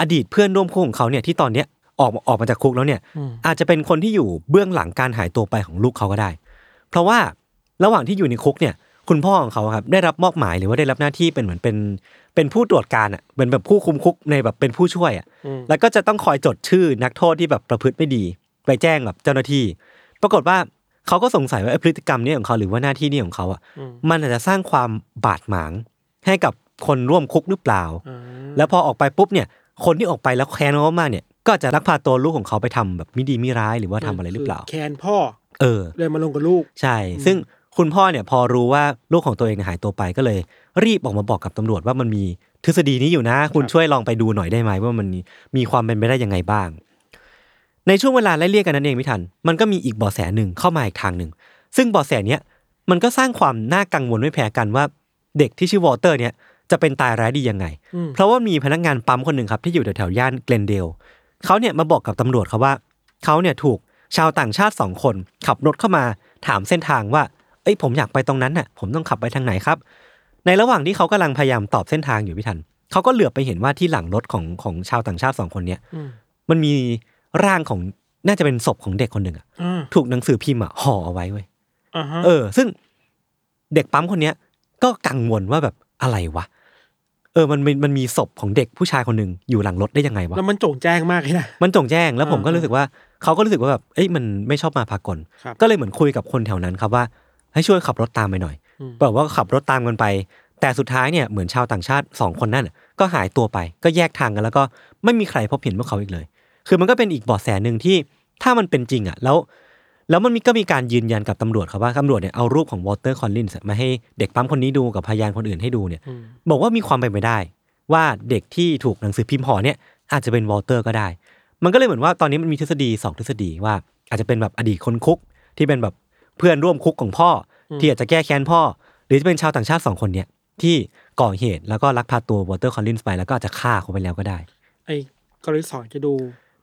อดีตเพื่อนร่วมคุกของเขาเนี่ยที่ตอนเนี้ยออกมาออกมาจากคุกแล้วเนี่ย
อืม
อาจจะเป็นคนที่อยู่เบื้องหลังการหายตัวไปของลูกเขาก็ได้ เพราะว่าระหว่างที่อยู่ในคุกเนี่ย คุณพ่อของเขาครับได้รับมอบหมายหรือว่าได้รับหน้าที่เป็นเหมือนเป็นเป็นผู้ตรวจการอ่ะเป็นแบบผู้คุมคุกในแบบเป็นผู้ช่วยอ่ะ
อืม
แล้วก็จะต้องคอยจดชื่อนักโทษที่แบบประพฤติไม่ดี ไปแจ้งกับเจ้าหน้าที่ ปรากฏว่าเขาก็สงสัยว่าไอ้พฤติกรรมเนี้ของเขาหรือว่าหน้าที่เนี้ของเขาอ่ะ
อืม
มันอาจจะสร้างความบาดหมาง ให้กับคนร่วมคุกหรือเปล่า
อ่า
แล้วพอออกไปปุ๊บเนี่ย คนที่ออกไปแล้วแค้นเขามากๆเนี่ย ก็อาจจะลักพาตัวลูกของเขาไปทำแบบไม่ดีไม่ร้ายหรือว่าทำอะไรหรือเปล่า
คืแคนพ่อ
เออ
เลยมาลงกับลูก
ใช่ ซึ่งคุณพ่อเนี่ยพอรู้ว่าลูกของตัวเองเนี่ยหายตัวไปก็เลย รีบออกมาบอกกับตำรวจว่ามันมีทฤษฎีนี้อยู่นะ คุณช่วยลองไปดูหน่อยได้ไหมว่ามันมีความเป็นไปได้ยังไงบ้าง ในช่วงเวลาไล่เลี่ยกันนั้นเองไม่ทัน มันก็มีอีกเบาะแสหนึ่งเข้ามาอีกทางหนึ่ง ซึ่งเบาะแสเนี้ยมันก็สร้างความน่ากังวลไม่แพ้กันว่า เด็กที่ชื่อวอเตอร์เนี่ยจะเป็นตายร้ายดียังไง
อืม
เพราะว่ามีพนักงานปั๊มคนหนึ่งครับที่อยู่แถวๆย่านเกลนเดลเขาเนี่ยมาบอกกับตำรวจครับว่า เขาเนี่ยถูกชาวต่างชาติสองคน ขับรถเข้ามาถามเส้นทางว่า เอ้ยผมอยากไปตรงนั้นน่ะ ผมต้องขับไปทางไหนครับ ในระหว่างที่เขากำลังพยายามตอบเส้นทางอยู่พี่ทันเขาก็เหลือบไปเห็นว่าที่หลังรถของของชาวต่างชาติสองคนเนี้ย
อืม
มันมีร่างของน่าจะเป็นศพของเด็กคนหนึ่งอะ
อ่า
ถูกหนังสือพิมพ์อะห่อเอาไว้เว้ย
อ่าฮะ
เออ ซึ่งเด็กปั๊มคนเนี้ยก็กังวลว่าแบบอะไรวะ เออ มันมันมันมีศพของเด็กผู้ชายคนหนึ่งอยู่หลังรถได้ยังไงวะ
แล้วมันโจ่งแจ้งมากเลยนะ
มันจงแจ้งแล้วผมก็
อ่า
รู้สึกว่าเขาก็รู้สึกว่าแบบเอ้ยมันไม่ชอบมาพากล
ครับ
ก็เลยเหมือนคุยกับคนแถวนั้นครับว่า ให้ช่วยขับรถตามไปหน่อย
อืม
บอกว่าขับรถตามกันไป แต่สุดท้ายเนี่ยเหมือนชาวต่างชาติสองคนนั่นน่ะก็หายตัวไป ก็แยกทางกันแล้วก็ไม่มีใครพบเห็นพวกเขาอีกเลย คือมันก็เป็นอีกเบาะแสหนึ่งที่ถ้ามันเป็นจริงอ่ะแล้ว แล้วมันมีก็มีการยืนยันกับตำรวจครับว่าตำรวจเนี่ยเอารูปของวอเตอร์คอนลินส์มาให้เด็กปั๊มคนนี้ดูกับพยานคนอื่นให้ดูเนี่ย บอกว่ามีความเป็นไปได้ ว่าเด็กที่ถูกหนังสือพิมพ์ห่อเนี่ยอาจจะเป็นวอลเตอร์ก็ได้ มันก็เลยเหมือนว่าตอนนี้มันมีทฤษฎีสองทฤษฎีว่า อาจจะเป็นแบบอดีตคนคุกที่เป็นแบบเพื่อนร่วมคุกของพ่ออที่อาจจะแก้แค้นพ่อ หรือจะเป็นชาวต่างชาติสองคนเนี่ยที่ก่อเหตุแล้วก็ลักพาตัววอลเตอร์คอลลินส์ไปแล้วก็อาจจะฆ่าเขาไปแล้วก็ได้
ไอ้กริสอนจะดู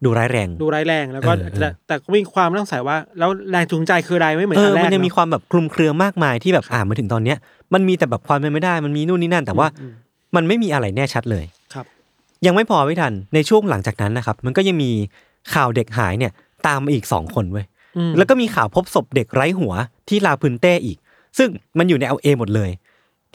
ดูร้ายแรง
ดูร้ายแรงแล้วก็แต่แต่ก็มีความต้องสงสัยว่า แล้วแรงจูงใจคืออะไรไม่เหมือน
เอ
อั
อน
แร
มั
ก
นยังมี
เนอะ
ความแบบคลุมเครือมากมายที่แบบอ่านมาถึงตอนเนี้ยมันมีแต่แบบความเป็นไม่ได้มันมีนู่นนี่นั่น แต่ว่า
อืม
มันไม่มีอะไรแน่ชัดเลย
ครับ
ยังไม่พอไม่ทัน ในช่วงหลังจากนั้นนะครับ มันก็ยังมีข่าวเด็กหายเนี่ยตามมาอีกสองคนเว้ย
อืม
แล้วก็มีข่าวพบศพเด็กไร้หัวที่ลาพื้นเต้อีก ซึ่งมันอยู่ในเอเอหมดเลย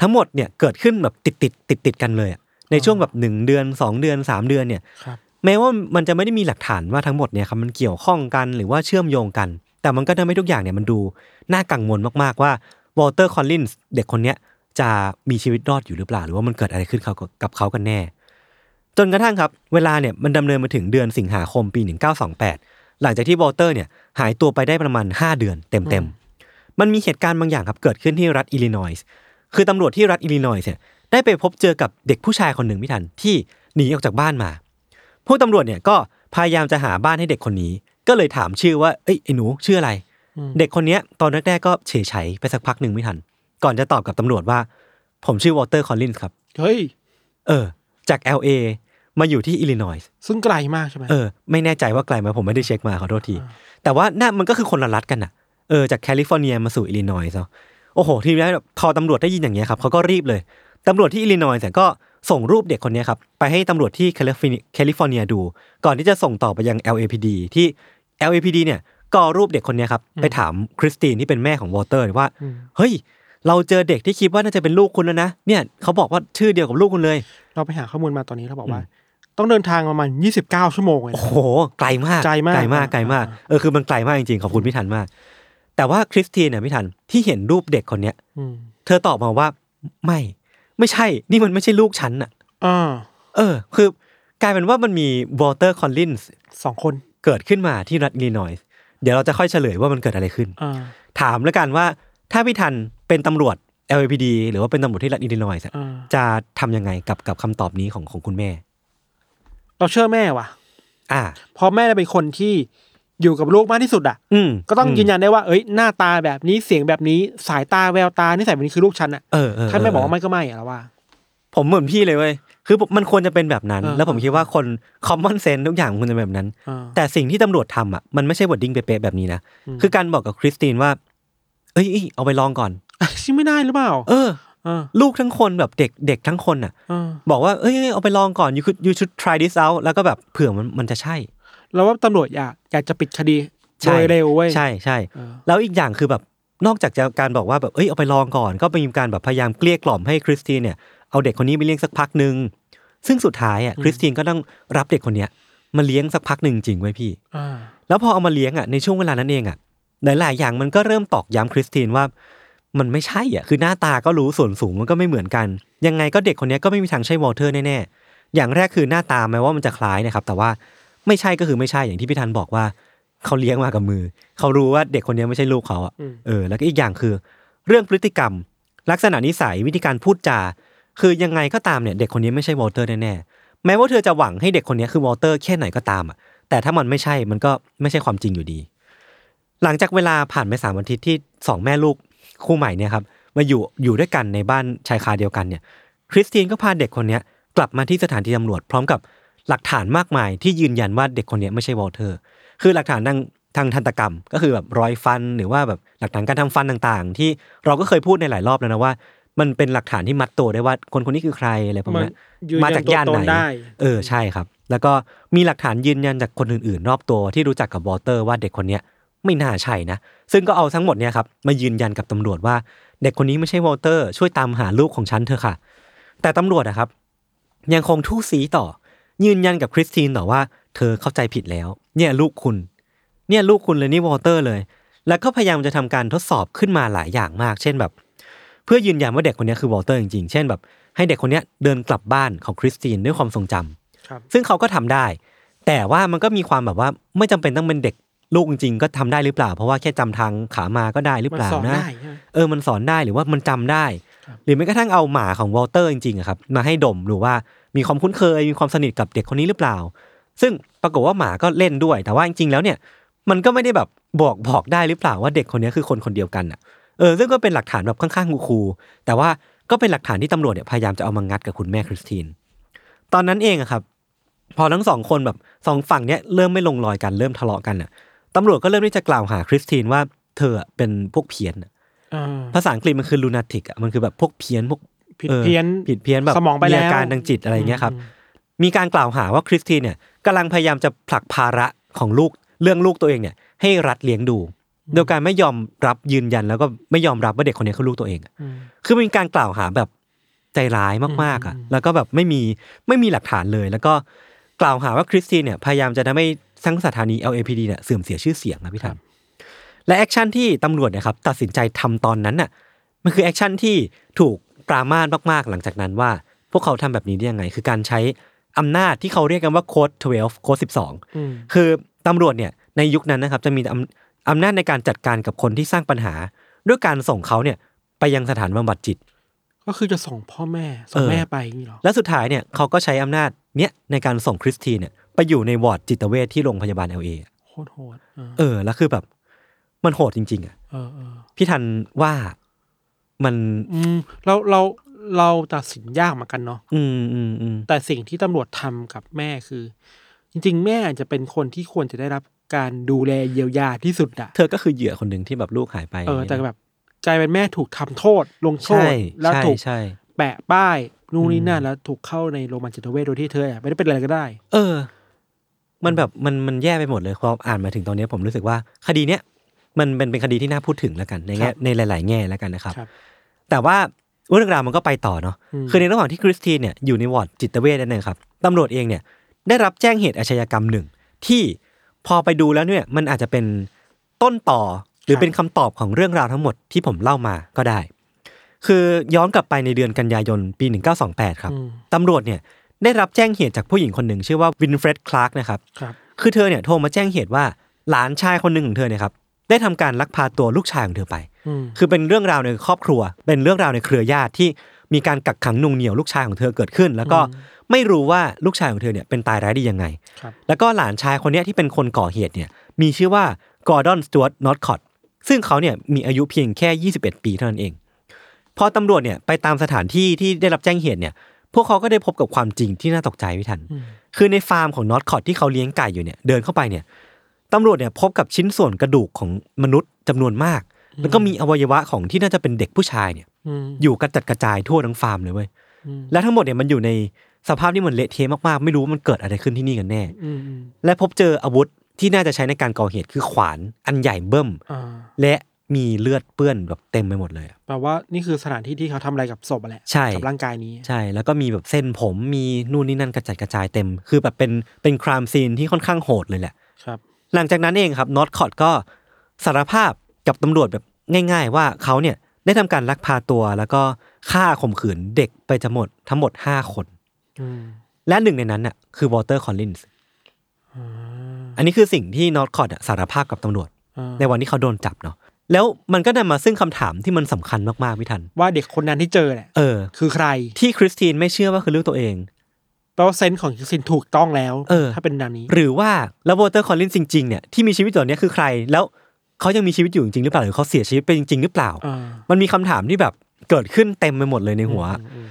ทั้งหมดเนี่ยเกิดขึ้นแบบติดติดติดติดๆกันเลยอะในช่วงแบบหนึ่งเดือนสองเดือนสามเดือนเนี่ย
ครับ
แม้ว่ามันจะไม่ได้มีหลักฐานว่าทั้งหมดเนี่ยครับมันเกี่ยวข้องกันหรือว่าเชื่อมโยงกัน แต่มันก็ทำให้ทุกอย่างเนี่ยมันดูน่ากังวลมากๆว่าวอลเตอร์คอลลินส์เด็กคนเนี้ยจะมีชีวิตรอดอยู่หรือเปล่า หรือว่ามันเกิดอะไรขึ้นเขากับเขากันแน่ จนกระทั่งครับ เวลาเนี่ยมันดำเนินมาถึงเดือนสิงหาคมปี 1928 หลังจากที่วอลเตอร์เนี่ยหายตัวไปได้ประมาณ 5 เดือนเต็มๆมันมีเหตุการณ์บางอย่างครับเกิดขึ้นที่รัฐอิลลินอยส์คือตำรวจที่รัฐอิลลินอยส์เนี่ยได้ไปพบเจอกับเด็กผู้ชายคนหนึ่งพี่ทันที่ หนีออกจากบ้านมา พวกตำรวจเนี่ยก็พยายามจะหาบ้านให้เด็กคนนี้ ก็เลยถามชื่อว่าเอ้ยไอ้หนูชื่ออะไร
อืม
เด็กคนเนี้ยตอนแรกๆก็เฉยๆไปสักพักหนึ่งไม่ทัน ก่อนจะตอบกับตำรวจว่า ผมชื่อวอเตอร์คอลลินส์ครับ
เฮ้ย
เออ จาก LA มาอยู่ที่อิลลินอยส์
ซึ่งไกลมากใช่ไหม
เออ ไม่แน่ใจว่าไกลไหมผมไม่ได้เช็คมาขอโทษที
อ่า
แต่ว่าน่ามันก็คือคนละรัฐกันอ่ะ เออ จากแคลิฟอร์เนียมาสู่อิลลินอยส์เนาะโอ้โห ทีแรกพอตำรวจได้ยินอย่างเงี้ยครับเขาก็รีบเลย ตำรวจที่อิลลินอยส์เนี่ยก็ส่งรูปเด็กคนเนี้ยครับ ไปให้ตำรวจที่แคลิฟอร์เนียแคลิฟอร์เนียดู ก่อนที่จะส่งต่อไปยัง LAPD ที่ LAPD เนี่ยก็เอารูปเด็กคนเนี้ยครับไปถามคริสตินที่เป็นแม่ของวอเตอร์ว่า
อืม
เฮ้ย เราเจอเด็กที่คิดว่าน่าจะเป็นลูกคุณแล้วนะ เนี่ยเขาบอกว่าชื่อเดียวกับลูกคุณเลย
เราไปหาข้อมูลมาตอนนี้เขาบอกว่า ต้องเดินทางประมาณยี่สิบเก้าชั่วโมงเลย
โอ้
นะ
โห ไกลมาก
ไกลมาก
ไกลมาก
อ่า
ไกลมาก
อ่า
เออ คือมันไกลมากจริงๆ ขอบคุณพี่ทันมาก แต่ว่าคริสตีนเนี่ยพี่ทันที่เห็นรูปเด็กคนเนี้ย
อืม
เธอตอบมาว่าไม่ ไม่ใช่ นี่มันไม่ใช่ลูกฉันน่ะ
อ่า
เออ คือกลายเป็นว่ามันมีวอเตอร์คอลลินส์
สองคน
เกิดขึ้นมาที่รัฐอิลลินอยส์เดี๋ยวเราจะค่อยเฉลยว่ามันเกิดอะไรขึ้น
อ่า
ถามแล้วกันว่าถ้าพี่ทันเป็นตำรวจ LAPD หรือว่าเป็นตำรวจที่รัฐอิลลินอยส์อะ
อ่า
จะทำยังไงกับกับคำตอบนี้ของของคุณแม่
เราเชื่อแม่ว่ะ
อ่า
เพราะแม่เป็นคนที่อยู่กับลูกมากที่สุดอ่ะ
อืม
ก็ต้องยืน
ม
ยันได้ว่า เอ้ย หน้าตาแบบนี้ เสียงแบบนี้ สายตาแววตา นิสัยแบบนี้คือลูกฉันอ่ะ
เออเออ
ถ้าแม่
เ
บอกว่าไม่ก็ไม่อะแล้วว่า
ผมเหมือนพี่เลยเว้ย คือผมมันควรจะเป็นแบบนั้น
เออ
แล้วผมคิดว่าคน common sense ทุกอย่างมันควรจะเป็นแบบนั้น
อ่า
แต่สิ่งที่ตำรวจทำอ่ะ มันไม่ใช่วอดดิ้งเป๊ะๆแบบนี้นะ
อืม
คือการบอกกับคริสตินว่า เอ้ยเอ้ยเอาไปลองก่อน
ชิไม่ได้หรือเปล่า
เออ
อ่า
ลูกทั้งคนแบบเด็กเด็กทั้งคนอ่ะ
อ่า
บอกว่า เอ้ยเอ้ยเอาไปลองก่อน you could you should try this out แล้วก็แบบเผื่อมันมันจะใช่
เราว่าตำรวจอยากอยากจะปิดคดี
ใช่
โดยเร็วเว้ย
ใช่ใช่
เออ
แล้วอีกอย่างคือแบบนอกจากจะการบอกว่าแบบเอ้ยเอาไปลองก่อน ก็มีการแบบพยายามเกลี้ยกล่อมให้คริสตินเนี่ยเอาเด็กคนนี้ไปเลี้ยงสักพักหนึ่งซึ่งสุดท้ายอ่ะคริสตินก็ต้องรับเด็กคนเนี้ยมาเลี้ยงสักพักหนึ่งจริงไว้ยพี่
อ่า
แล้วพอเอามาเลี้ยงอ่ะในช่วงเวลานั้นเองอ่ะหลายๆอย่างมันก็เริ่มตอกย้ำคริสตินว่า มันไม่ใช่อ่ะคือหน้าตาก็รู้ส่วนสูงมันก็ไม่เหมือนกัน ยังไงก็เด็กคนเนี้ยก็ไม่มีทางใช่วอลเทอร์แน่ๆอย่างแรกคือหน้าตาแม้ว่ามันจะคล้ายนะครับแต่ว่าไม่ใช่ก็คือไม่ใช่อย่างที่พี่ธันบอกว่า เขาเลี้ยงมากับมือ เขารู้ว่าเด็กคนเนี้ยไม่ใช่ลูกเขาอ่ะ
อืม
เออแล้วก็อีกอย่างคือ เรื่องพฤติกรรม ลักษณะนิสัยวิธีการพูดจา คือยังไงก็ตามเนี่ยเด็กคนนี้ไม่ใช่วอลเตอร์แน่ๆแม้ว่าเธอจะหวังให้เด็กคนนี้คือวอลเตอร์แค่ไหนก็ตามอ่ะแต่ถ้ามันไม่ใช่มันก็ไม่ใช่ความจริงอยู่ดี หลังจากเวลาผ่านไปสามอาทิตย์ที่สองแม่ลูกคู่ใหม่เนี่ยครับมาอยู่อยู่ด้วยกันในบ้านชายคาเดียวกันเนี่ย คริสตินก็พาเด็กคนเนี้ยกลับมาที่สถานที่ตำรวจพร้อมกับหลักฐานมากมายที่ยืนยันว่าเด็กคนเนี้ยไม่ใช่วอลเตอร์ คือหลักฐานทางทางทันตกรรม ก็คือแบบรอยฟันหรือว่าแบบหลักฐานการทำฟันต่างๆ ที่เราก็เคยพูดในหลายรอบแล้วนะว่า มันเป็นหลักฐานที่มัดตัวได้ว่าคนคนนี้คือใครอะไรประมาณนี้น
ยืน
มาจากย่าน
ตัวต
ไหน
ได้
เออใช่ครับ แล้วก็มีหลักฐานยืนยันจากคนอื่นๆ รอบตัวที่รู้จักกับวอเตอร์ว่าเด็กคนเนี้ยไม่น่าใช่นะ ซึ่งก็เอาทั้งหมดเนี่ยครับมายืนยันกับตำรวจว่า เด็กคนนี้ไม่ใช่วอเตอร์ช่วยตามหาลูกของฉันเถอะค่ะ แต่ตำรวจอะครับ ยังคงทู่สีต่อ ยืนยันกับคริสตินต่อว่า เธอเข้าใจผิดแล้ว เนี่ยลูกคุณ เนี่ยลูกคุณเลยนี่วอเตอร์เลย แล้วก็พยายามจะทำการทดสอบขึ้นมาหลายอย่างมาก เช่นแบบ เพื่อยืนยันว่าเด็กคนเนี้ยคือวอเตอร์จริงๆ เช่นแบบ ให้เด็กคนเนี้ยเดินกลับบ้านของคริสตินด้วยความทรงจำ
ครับ
ซึ่งเขาก็ทำได้ แต่ว่ามันก็มีความแบบว่าไม่จำเป็นต้องเป็นเด็กลูกจริงๆ ก็ทำได้หรือเปล่า เพราะว่าแค่จำทางขามาก็ได้หรือ
มัน
เปล่า
สอน
นะ
ได้ใช่ไหม
เออ มันสอนได้หรือว่ามันจำได้ หรือแม้กระทั่งเอาหมาของวอลเตอร์จริงๆอะครับมาให้ดมหรือว่ามีความคุ้นเคย มีความสนิทกับเด็กคนนี้หรือเปล่า ซึ่งปรากฏว่าหมาก็เล่นด้วย แต่ว่าจริงๆแล้วเนี่ย มันก็ไม่ได้แบบบอกบอกได้หรือเปล่าว่าเด็กคนนี้คือคนคนเดียวกันอ่ะ เออ ซึ่งก็เป็นหลักฐานแบบค่อนข้างคูลๆแต่ว่าก็เป็นหลักฐานที่ตำรวจเนี่ยพยายามจะเอามางัดกับคุณแม่คริสติน ตอนนั้นเองอะครับ พอทั้งสองคนแบบสองฝั่งเนี่ยเริ่มไม่ลงรอยกันเริ่มทะเลาะกันอ่ะตำรวจก็เริ่มที่จะกล่าวหาคริสตินว่าเธออะเป็นพวกเพี้ยนอะ
อ่า
ภาษาอังกฤษมันคือ lunatic อะมันคือแบบพวกเพี้ยนพวก
ผิด
ออ
เพี้ยน
ผิดเพี้ยนแบบ
สมองไปแล้ว
มีอาการทางจิตอะไรเงี้ยครับ มีการกล่าวหาว่าคริสตินเนี่ยกำลังพยายามจะผลักภาระของลูกเรื่องลูกตัวเองเนี่ย ให้รัฐเลี้ยงดู โดยการไม่ยอมรับยืนยันแล้วก็ไม่ยอมรับว่าเด็กคนนี้คือลูกตัวเองอะ
อืม
คือเป็นการกล่าวหาแบบใจร้ายมากๆอ่ะ
อืม
แล้วก็แบบไม่มีไม่มีหลักฐานเลย แล้วก็กล่าวหาว่าคริสตินเนี่ยพยายามจะทำให้ทั้งสถานี LAPD เนี่ยเสื่อมเสียชื่อเสียงนะพี่ทัน และแอคชั่นที่ตำรวจเนะครับตัดสินใจทำตอนนั้นน่ะมันคือแอคชั่นที่ถูกปรามาสมากๆ หลังจากนั้นว่า พวกเขาทำแบบนี้ได้ยังไง คือการใช้อำนาจที่เขาเรียกกันว่าโค้ด12 โค้ด
อืม
12 คือตำรวจเนี่ยในยุคนั้นนะครับจะมีอำอำนาจในการจัดการกับคนที่สร้างปัญหา ด้วยการส่งเขาเนี่ยไปยังสถานบำบัดจิต
ก็คือจะส่งพ่อแม่ ส่ง
เออ
แม่ไปอย่างนี้เหรอ
และสุดท้ายเนี่ยเขาก็ใช้อำนาจ เนี้ยในการส่งคริสตีนเนี่ยไปอยู่ในวอร์ดจิตเวชที่โรงพยาบาลเอลเอ
โคตรโหดเออ
เออแล้วคือแบบ มันโหดจริง ๆอ่ะ
เออเออ
พี่ทันว่ามัน
อืมเราเราเราตัดสินยากเหมือนกันเนาะ
อืมอืมอืม
แต่สิ่งที่ตำรวจทำกับแม่คือ จริง ๆ แม่อาจจะเป็นคนที่ควรจะได้รับการดูแลเยียวยาที่สุดอะ
เธอก็คือเหยื่อคนหนึ่งที่แบบลูกหายไป
เออ แต่แบบกลายเป็นแม่ถูกทำโทษ ลงโทษ
ใช่
แล้ว
ใช่
ถูก
ใช่
แปะป้ายนู่นนี่นั่
อื
น
ม
แล้วถูกเข้าในโรงพยาบาลจิตเวชโดยที่เธออะไม่ได้เป็นอะไรก็ได้
เออ มันแบบมันมันแย่ไปหมดเลยพออ่านมาถึงตอนนี้ผมรู้สึกว่า คดีเนี้ยมันเป็นเป็นคดีที่น่าพูดถึงแล้วกันใน
ครั
แง่
บ
ในหลาย ๆ แง่แล้วกันนะครับ
ครับ
แต่ว่าเรื่องราวมันก็ไปต่อเนาะ
อืม
คือในระหว่างที่คริสตีนเนี่ยอยู่ในวอร์ดจิตเวชนั่นเองครับตำรวจเองเนี่ย ได้รับแจ้งเหตุอาชญากรรมหนึ่ง ที่พอไปดูแล้วเนี่ย มันอาจจะเป็นต้นต่อหรือเป็นคำตอบของเรื่องราวทั้งหมดที่ผมเล่ามาก็ได้ คือย้อนกลับไปในเดือนกันยายนปี 1928 ครับ
อืม
ตำรวจเนี่ยได้รับแจ้งเหตุจากผู้หญิงคนหนึ่ง ชื่อว่าวินเฟรดคลาร์กนะครับ
ครับ
คือเธอเนี่ยโทรมาแจ้งเหตุว่าหลานชายคนหนึ่งของเธอเนี่ยครับได้ทำการลักพาตัวลูกชายของเธอไป
อืม
คือเป็นเรื่องราวในครอบครัว เป็นเรื่องราวในเครือญาติที่มีการกักขังหน่วงเหนี่ยวลูกชายของเธอเกิดขึ้น แล้วก็ไม่รู้ว่าลูกชายของเธอเนี่ยเป็นตายร้ายดียังไง
ครับ
แล้วก็หลานชายคนเนี้ยที่เป็นคนก่อเหตุเนี่ยมีชื่อว่ากอร์ดอนสจวตนอตคอตซึ่งเขาเนี่ยมีอายุเพียงแค่ 21 ปีเท่านั้นเอง พอตำรวจเนี่ยไปตามสถานที่ที่ได้รับแจ้งเหตุเนี่ย พวกเขาก็ได้พบกับความจริงที่น่าตกใจพี่ทัน
อืม
คือในฟาร์มของนอตคอตที่เขาเลี้ยงไก่อยู่เนี่ยเดินเข้าไปเนี่ยตำรวจเนี่ยพบกับชิ้นส่วนกระดูกของมนุษย์จำนวนมาก แล้วก็มีอวัยวะของที่น่าจะเป็นเด็กผู้ชายเนี่ย
อืม
อยู่กระจัดกระจายทั่วทั้งฟาร์มเลยเว้ย
อืม
และทั้งหมดเนี่ยมันอยู่ในสภาพที่มันเละเทะมากๆ ไม่รู้ว่ามันเกิดอะไรขึ้นที่นี่กันแน่
อืมอืม
และพบเจออาวุธที่น่าจะใช้ในการก่อเหตุคือขวานอันใหญ่เบิ่ม
อ่า
และมีเลือดเปื้อนแบบเต็มไปหมดเลยอะ
แปลว่านี่คือสถานที่ที่เขาทำอะไรกับศพอะแหละ
ใช่
กับร่างกายนี้
ใช่ แล้วก็มีแบบเส้นผมมีนู่นนี่นั่นกระจัดกระจายเต็ม คือแบบเป็นเป็นครามซีนที่ค่อนข้างโหดเลยแหละ
ครับ
หลังจากนั้นเองครับนอตคอตก็สารภาพกับตำรวจแบบง่าย ๆ ว่าเขาเนี่ยได้ทำการลักพาตัว แล้วก็ฆ่าข่มขืนเด็กไปทั้งหมดทั้งหมด 5 คน
อืม
และหนึ่งในนั้นน่ะคือวอเตอร์คอลลินส์
อ่า
อันนี้คือสิ่งที่นอตคอตอะสารภาพกับตำรวจ
อ่า
ในวันที่เขาโดนจับเนาะแล้วมันก็นำมาซึ่งคำถามที่มันสำคัญมากๆพี่ทัน
ว่าเด็กคนนั้นที่เจอแหละ
เออ
คือใคร
ที่คริสตินไม่เชื่อว่าคือลูกตัวเอง
แปลว่าเซนส์ของคริสตินถูกต้องแล้ว
เออ
ถ้าเป็นดังนี้
หรือว่าแล้ววอเตอร์คอลลินส์จริงๆเนี่ยที่มีชีวิตตอนเนี้ยคือใคร แล้วเขายังมีชีวิตอยู่จริงๆหรือเปล่าหรือเขาเสียชีวิตไปจริงๆหรือเปล่า
อ่า
มันมีคำถามที่แบบเกิดขึ้นเต็มไปหมดเลยในหัว
อืม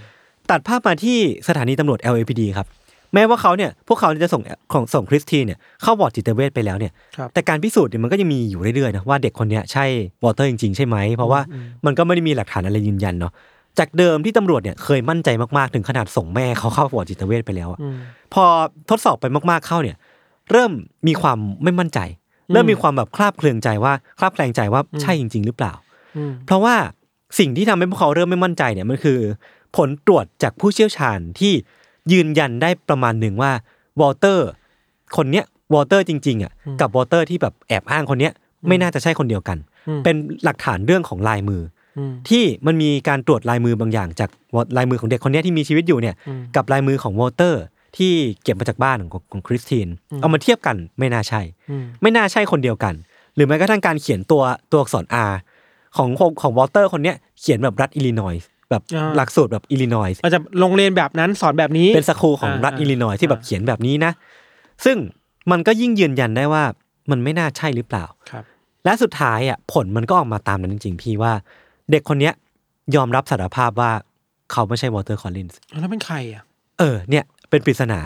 ตัดภาพมาที่สถานีตำรวจ LAPD ครับ แม้ว่าเขาเนี่ยพวกเขาจะส่งของส่งคริสตีเนี่ยเข้าบอร์ดจิตเวชไปแล้วเนี่ย
ครับ
แต่การพิสูจน์เนี่ยมันก็ยังมีอยู่เรื่อยๆนะว่าเด็กคนเนี้ยใช่วอเตอร์จริงๆ ใช่ไหม เพราะว่า
อืม
มันก็ไม่ได้มีหลักฐานอะไรยืนยันเนาะจากเดิมที่ตำรวจเนี่ยเคยมั่นใจมากๆถึงขนาดส่งแม่เขาเข้าบอร์ดจิตเวชไปแล้วอะ
อืม
พอทดสอบไปมากๆเข้าเนี่ย เริ่มมีความไม่มั่นใจ เริ่มมีความแบบคลาบเคลืองใจว่าคลาบแคลงใจว่า
อืม
ใช่จริง ๆ หรือเปล่า
อืม
เพราะว่าสิ่งที่ทำให้พวกเขาเริ่มไม่มั่นใจเนี่ยมันคือ ผลตรวจจากผู้เชี่ยวชาญที่ยืนยันได้ประมาณหนึ่งว่าวอลเตอร์ คนเนี้ยวอลเตอร์จริง ๆอ่ะกับวอลเตอร์ที่แบบแอบอ้างคนเนี้ยไม่น่าจะใช่คนเดียวกัน
อืม
เป็นหลักฐานเรื่องของลายมือ
อืม
ที่มันมีการตรวจลายมือบางอย่างจากลายมือของเด็กคนเนี้ยที่มีชีวิตอยู่เนี่ย
อืม
กับลายมือของวอลเตอร์ที่เก็บมาจากบ้านของของคริสติน
อืม
เอามาเทียบกันไม่น่าใช่
อืม
ไม่น่าใช่คนเดียวกัน หรือแม้กระทั่งการเขียนตัวตัวอักษร R ของของของวอลเตอร์คนเนี้ยเขียนแบบรัฐอิลลินอยส์แบบหลักสูตรแบบอิลลินอยส์
อาจจะโรงเรียนแบบนั้นสอนแบบนี้
เป็นสคูลของรัฐ
อ่า
อิลลินอยส์ที่แบบ
อ่า
เขียนแบบนี้นะ ซึ่งมันก็ยิ่งยืนยันได้ว่ามันไม่น่าใช่หรือเปล่า
ครับ
และสุดท้ายอ่ะผลมันก็ออกมาตามนั้นจริงๆพี่ว่า เด็กคนเนี้ยยอมรับสารภาพว่าเขาไม่ใช่วอลเตอร์คอลลินส์
แล้วเป็นใครอ่ะ
เออเนี่ยเป็นปริศนา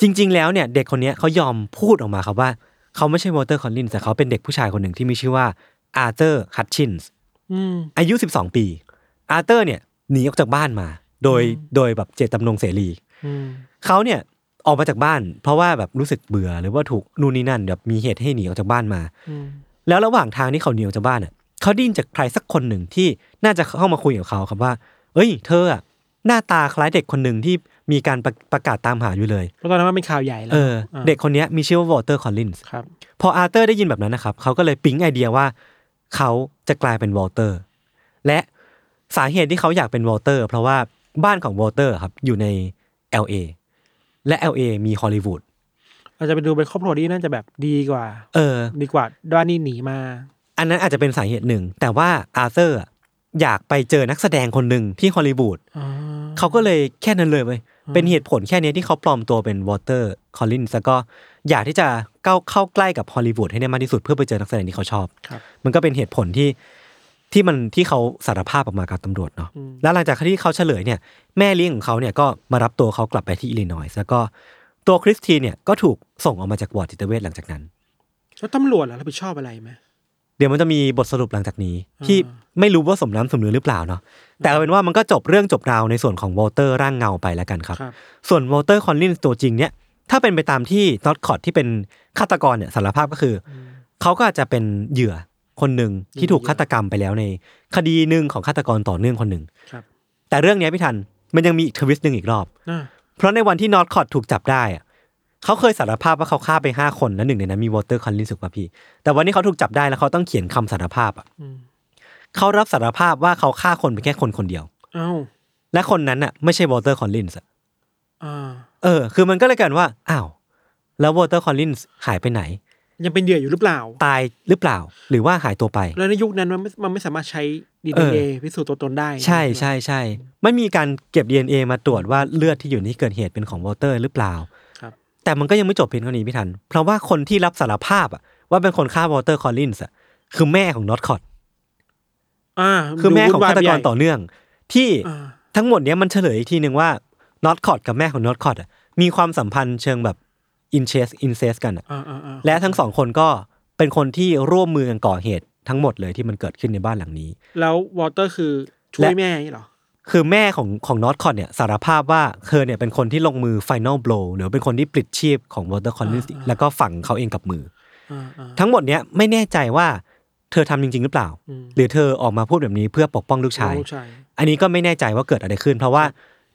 จริง ๆ แล้วเนี่ย เด็กคนเนี้ยเขายอมพูดออกมาครับว่า เขาไม่ใช่วอเตอร์คอนลินส์แต่เขาเป็นเด็กผู้ชายคนหนึ่งที่มีชื่อว่าอาร์เ r อร์ฮัตชินส์
อืม
อายุ 12 ปีอาร์เ r อร์เนี่ยหนีออกจากบ้านมา โดยโดยแบบเจตจำนงเสรี
อืม
เขาเนี่ยออกมาจากบ้าน เพราะว่าแบบรู้สึกเบื่อหรือว่าถูกนู่นนี่นั่นแบบมีเหตุให้หนีออกจากบ้านมา
อืม
แล้วระหว่างทางที่เขาหนีออกจากบ้านอ่ะเขาไดยินจากใครสักคนหนึ่งที่น่าจะเข้ามาคุยกับเขาครับว่า เอ้ย เธออะหน้าตาคล้ายเด็กคนหนึ่งที่มีการประประกาศตามหาอยู่เลย
เพราะตอนนั้นมันเป็นข่าวใหญ่แล้ว
เออเด็กคนเนี้ยมีชื่อว่าวอเตอร์คอลลินส์
ครับ
พออาร์เตอร์ได้ยินแบบนั้นนะครับ เขาก็เลยปิ๊งไอเดียว่า เขาจะกลายเป็นวอลเตอร์ และสาเหตุที่เขาอยากเป็นวอลเตอร์ เพราะว่าบ้านของวอลเตอร์ครับอยู่ใน LA และ LA มีฮอลลีวูด
เราจะไปดูเป็นครอบครัวที่น่าจะแบบดีกว่า
เออ
ดีกว่าด้านนี้หนีมา
อันนั้นอาจจะเป็นสาเหตุหนึ่ง แต่ว่าอาร์เตอร์อะอยากไปเจอนักแสดงคนหนึ่งที่ฮอลลีวูด
อ๋อ
เขาก็เลยแค่นั้นเลยเว้ย เป็นเหตุผลแค่เนี้ยที่เขาปลอมตัวเป็นวอเตอร์คอลลินแล้วก็อยากที่จะเข้าเข้าใกล้กับฮอลลีวูดให้ได้มากที่สุดเพื่อไปเจอนักแสดงที่เขาชอบ
ครับ
มันก็เป็นเหตุผลที่ที่มันที่เขาสารภาพออกมากับตำรวจเนาะ
อืม
แล้วหลังจากที่เขาเฉลยเนี่ยแม่เลี้ยงของเขาเนี่ยก็มารับตัวเขากลับไปที่อิลลินอยส์แล้วก็ตัวคริสตีเนี่ยก็ถูกส่งออกมาจากวอร์ดจิตเวชหลังจากนั้น
แล้วตำรวจล่ะรับผิดชอบอะไรไหม
เดี๋ยวมันจะมีบทสรุปหลังจากนี้
อ่า
ที่ไม่รู้ว่าสมน้ำสมเนื้อหรือเปล่าเนาะแต่เอาเป็นว่ามันก็จบเรื่องจบราวในส่วนของวอลเตอร์ร่างเงาไปแล้วกันครับ
ครับ
ส่วนวอลเตอร์คอนลินตัวจริงเนี่ยถ้าเป็นไปตามที่น็อตคอร์ดที่เป็นฆาตกรเนี่ยสารภาพก็คืออเขาก็อาจจะเป็นเหยื่อคนหนึ่งที่ถูกฆาตกรรมไปแล้วในคดีหนึ่งของฆาตกรต่อเนื่องคนหนึ่ง
ครับ
แต่เรื่องเนี้ยพี่ทันมันยังมีอีกทวิสต์หนึ่งอีกรอบ
อ่า
เพราะในวันที่นอตคอร์ดถูกจับได้อะเขาเคยสารภาพว่าเขาฆ่าไปห้าคนและหนึ่งในนั้นมีวอเตอร์คอนลินสุกว่าพี่ แต่วันนี้เขาถูกจับได้แล้วเขาต้องเขียนคำสารภาพอ่ะ
อืม
เขารับสารภาพว่าเขาฆ่าคนไปแค่คนคนเดียว
เอ้า
และคนนั้นอ่ะไม่ใช่วอเตอร์คอนลินส์อะ
อ่า
เออ คือมันก็เลยกันว่าอ้าวแล้ววอเตอร์คอนลินส์หายไปไหน
ยังเป็นเหยื่ออยู่หรือเปล่า
ตายหรือเปล่า หรือว่าหายตัวไป
แล้วในยุคนั้นมันไม่มันไม่สามารถใช้ดี
เออ
เอพิสูจน์ตัวตนได้
ใช่ใช่ใช่ไม่มีการเก็บ DNA มาตรวจว่าเลือดที่อยู่ในที่เกิดเหตุเป็นของวอเตอร์หรือเปล่า
ครับ
แต่มันก็ยังไม่จบเพียงเท่านี้พี่ทัน เพราะว่าคนที่รับสารภาพอะว่าเป็นคนฆ่าวอเตอร์คอลลินส์อะคือแม่ของน็อตคอต
อ่า
คือแม่ของ
ดูวุ่นวย
ฆาตกรต่อเนื่อง ที่
อ่า
ทั้งหมดเนี้ยมันเฉลยอีกทีหนึ่งว่าน็อตคอตกับแม่ของน็อตคอตอะมีความสัมพันธ์เชิงแบบอินเชสอินเซสกันอะ
อ่าอ่าอ่า
และทั้งสองคนก็เป็นคนที่ร่วมมือกันก่อเหตุทั้งหมดเลยที่มันเกิดขึ้นในบ้านหลังนี้
แล้ววอเตอร์คือช่วย
และ
แม่อย่างนี้เหรอ
คือแม่ของของน็อตคอนเนี่ยสารภาพว่าเธอเนี่ยเป็นคนที่ลงมือไฟน l ลโบ w หรือเป็นคนที่ปลิดชีพของวอเตอร์คอนลิน
อ่าอ่า
แล้วก็ฝังเขาเองกับมือ
อ่าอ่า
ทั้งหมดเนี้ยไม่แน่ใจว่าเธอทำจริง ๆ หรือเปล่า
อืม
หรือเธอออกมาพูดแบบนี้เพื่อปกป้องลูกชาย
ลูกชาย
อันนี้ก็ไม่แน่ใจว่าเกิดอะไรขึ้น เพราะว่า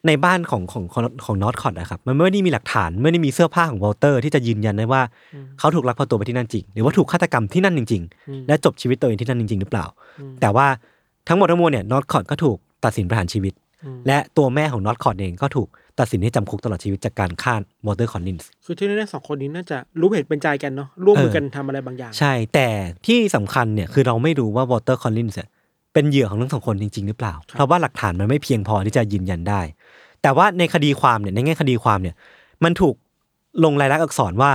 ในบ้านของของของของน็อตคอตนะครับมันไม่ได้มีหลักฐานไม่ได้มีเสื้อผ้าของวอลเตอร์ที่จะยืนยันได้ว่า
อืม
เขาถูกลักพาตัวไปที่นั่นจริง หรือว่าถูกฆาตกรรมที่นั่นจริง
อืม
ๆ และจบชีวิตตัวเองที่นั่นจริง ๆ หรือเปล่า
อืม
แต่ว่าทั้งหมดทั้งมวลเนี่ยน็อตคอตก็ถูกตัดสินประหารชีวิต
อืม
และตัวแม่ของน็อตคอร์ดเองก็ถูกตัดสินให้จำคุกตลอดชีวิตจากการฆ่าวอเตอร์คอนลินส์
คือที่แน่ๆสองคนนี้น่าจะรู้เห็นเป็นใจกันเนาะร่วมมือ
เออ
กันทำอะไรบางอย่าง
ใช่แต่ที่สำคัญเนี่ยคือเราไม่รู้ว่าวอเตอร์คอนลินส์เนี่ยเป็นเหยื่อของทั้งสองคนจริง ๆ หรือเปล่า
ครับ
เพราะว่าหลักฐานมันไม่เพียงพอที่จะยืนยันได้ แต่ว่าในคดีความเนี่ยในแง่คดีความเนี่ยมันถูกลงรายลักษณ์อักษรว่า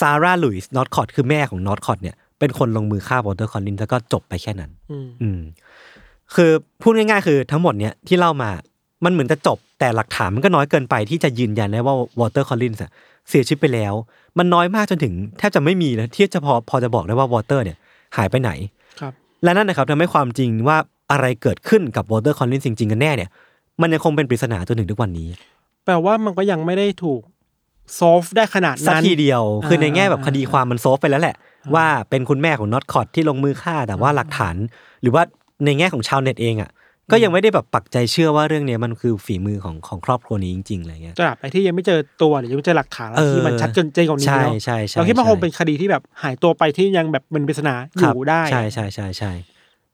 ซาร่าลุยส์น็อตคอร์ดคือแม่ของน็อตคอร์ดเนี่ยเป็นคนลงมือฆ่าวอเตอร์คอนลินส์แล้วก็จบไปแค่นั้น
อืม
อืมคือพูดง่ายๆ คือทั้งหมดเนี้ยที่เล่ามามันเหมือนจะจบ แต่หลักฐานมันก็น้อยเกินไปที่จะยืนยันได้ว่าวอเตอร์คอลลินส์เสียชีวิตไปแล้ว มันน้อยมากจนถึงแทบจะไม่มีเลยที่จะพอพอจะบอกได้ว่าวอเตอร์เนี่ยหายไปไหน
ครับ
และนั่นนะครับทำให้ความจริงว่าอะไรเกิดขึ้นกับวอเตอร์คอลลินส์จริงๆกันแน่เนี่ย มันยังคงเป็นปริศนาจนถึงทุกวันนี้
แปลว่ามันก็ยังไม่ได้ถูกซอฟได้ขนาด
สัก
นั้น
ทีเดียวคือ
อ่า
ในแง่แบบคดีความมันโซฟไปแล้วแหละ ว่าเป็นคุณแม่ของน็อตคอตที่ลงมือฆ่าแต่ว่าหลักฐาน หรือว่าในแง่ของชาวเน็ตเองอ่ะ ก็ยังไม่ได้แบบปักใจเชื่อว่าเรื่องเนี้ยมันคือฝีมือของของครอบครัวนี้จริงๆอะไรเงี้ย
ตราบใดที่ยังไม่เจอตัวหรือยังไม่เจอหลักฐานอะไร
เออ
ที่มันชัดเจนใจกว่านี้
ใช่
เนาะ
ใช่ใช่
เราคิดว่า
ใช่
คงเป็นคดีที่แบบหายตัวไปที่ยังแบบเป็นปริศนาอ
ครับ
ยู่ได้
ใช่ใช่ใช่ใช่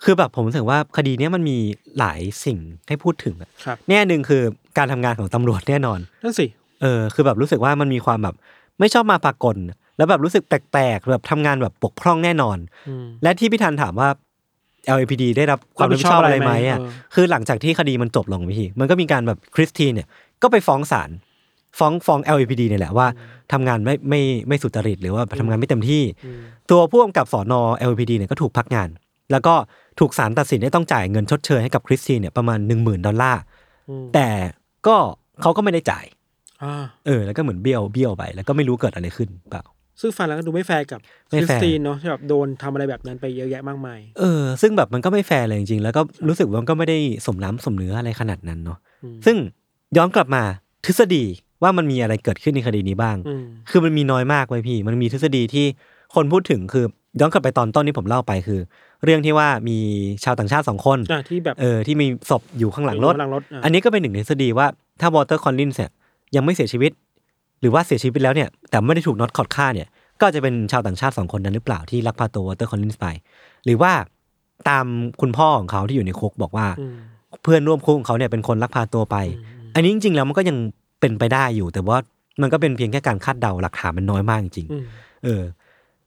คือแบบผมรู้สึกว่าคดีเนี้ยมันมีหลายสิ่งให้พูดถึงอะ
ครับ
แน่หนึ่งคือการทำงานของตำรวจแน่นอน
นั่นสิ
เออคือแบบรู้สึกว่ามันมีความแบบไม่ชอบมาปากลแล้วแบบรู้สึกแปลกๆแบบทำงานแบบปกพร่องแน่นอน
อืม
และที่พี่ธันถามว่า LAPD ได้รับความรับผิดชอบอะไรไหมอ่ะ
เออ
คือหลังจากที่คดีมันจบลงพี่มันก็มีการแบบคริสตีเนี่ยก็ไปฟ้องศาลฟ้องฟ้อง LAPD เนี่ยแหละว่าทำงานไม่ไม่ไม่สุจริตหรือว่าทำงานไม่เต็มที่ ตัวผู้กำกับสอนอ LAPD เนี่ยก็ถูกพักงาน แล้วก็ถูกศาลตัดสินให้ต้องจ่ายเงินชดเชยให้กับคริสตีเนี่ยประมาณ 1 0,000 ดอลลาร์
อืม
แต่ก็เขาก็ไม่ได้จ่าย
อ่า
เออแล้วก็เหมือนเบี้ยวเบี้ยวไปแล้วก็ไม่รู้เกิดอะไรขึ้นเปล่า
ซึ่งฟังแล้วก็ดูไม่แฟร์กับค
ไม่
ริ
แฟ
ส
ร์
ตินเนาะที่แบบโดนทำอะไรแบบนั้นไปเยอะแยะมากมาย
เออซึ่งแบบมันก็ไม่แฟร์เลยจริงๆ แล้วก็รู้สึกว่ามันก็ไม่ได้สมน้ำสมเนื้ออะไรขนาดนั้นเนาะ
อืม
ซึ่งย้อนกลับมาทฤษฎีว่ามันมีอะไรเกิดขึ้นในคดีนี้บ้าง
อืม
คือมันมีน้อยมากไว้ยพี่ มันมีทฤษฎีที่คนพูดถึงคือย้อนกลับไปตอนต้นที่ผมเล่าไปคือ เรื่องที่ว่ามีชาวต่างชาติสองคน
อ่ะที่แบบ
เออที่มีศพอยู่ข้างหลังรถ
หลังรถะ
อันนี้ก็เป็นหนึ่งในทฤษฎีว่าถ้าวอเตอร์คอนลินเนี่ยยังไม่เสียชีวิต หรือว่าเสียชีวิตแล้วเนี่ย แต่ไม่ได้ถูกน็อตคอดฆ่าเนี่ย ก็จะเป็นชาวต่างชาติสองคนนั้นหรือเปล่าที่ลักพาตัววอเตอร์คอนลินไป หรือว่าตามคุณพ่อของเขาที่อยู่ในคุกบอกว่า
อืม
เพื่อนร่วมคุกของเขาเนี่ยเป็นคนลักพาตัวไป อันนี้จริงๆแล้วมันก็ยังเป็นไปได้อยู่ แต่ว่ามันก็เป็นเพียงแค่การคาดเดาหลักฐานมันน้อยมากจริง
อืม
ๆเออ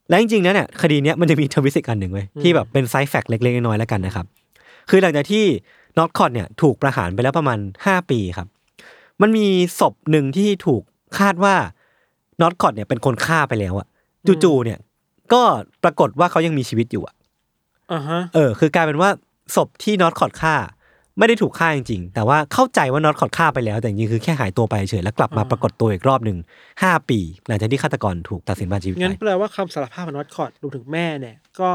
และจริงๆแล้วเนี่ยคดีเนี้ยมันจะมีท วิสต์อีกอันหนึ่งเว้ยที่แบบเป็นไซด์แฟกต์เล็กๆน้อยๆแล้วกันนะครับ คือหลังจากที่น็อตคอตเนี่ยถูกประหารไปแล้วประมาณ 5 ปีครับ มันมีศพหนึ่งที่ถูกคาดว่านอตคอตเนี่ยเป็นคนฆ่าไปแล้วอะจู่ๆเนี่ย ก็ปรากฏว่าเขายังมีชีวิตอยู่อะ
อ่าฮะ
เออคือกลายเป็นว่าศพที่น็อตคอดฆ่า ไม่ได้ถูกฆ่าจริงๆ แต่ว่าเข้าใจว่าน็อตคอดฆ่าไปแล้ว แต่จริงๆคือแค่หายตัวไปเฉยแล้วกลับมา
อ่า
ปรากฏตัวอีกรอบหนึ่งห้าปีหลังจากที่ฆาตกรถูกตัดสินประหารชีวิต
งั้น
ไป
แปลว่าคำสารภาพของน็อตคอร์ดรวมถึงแม่เนี่ย ก็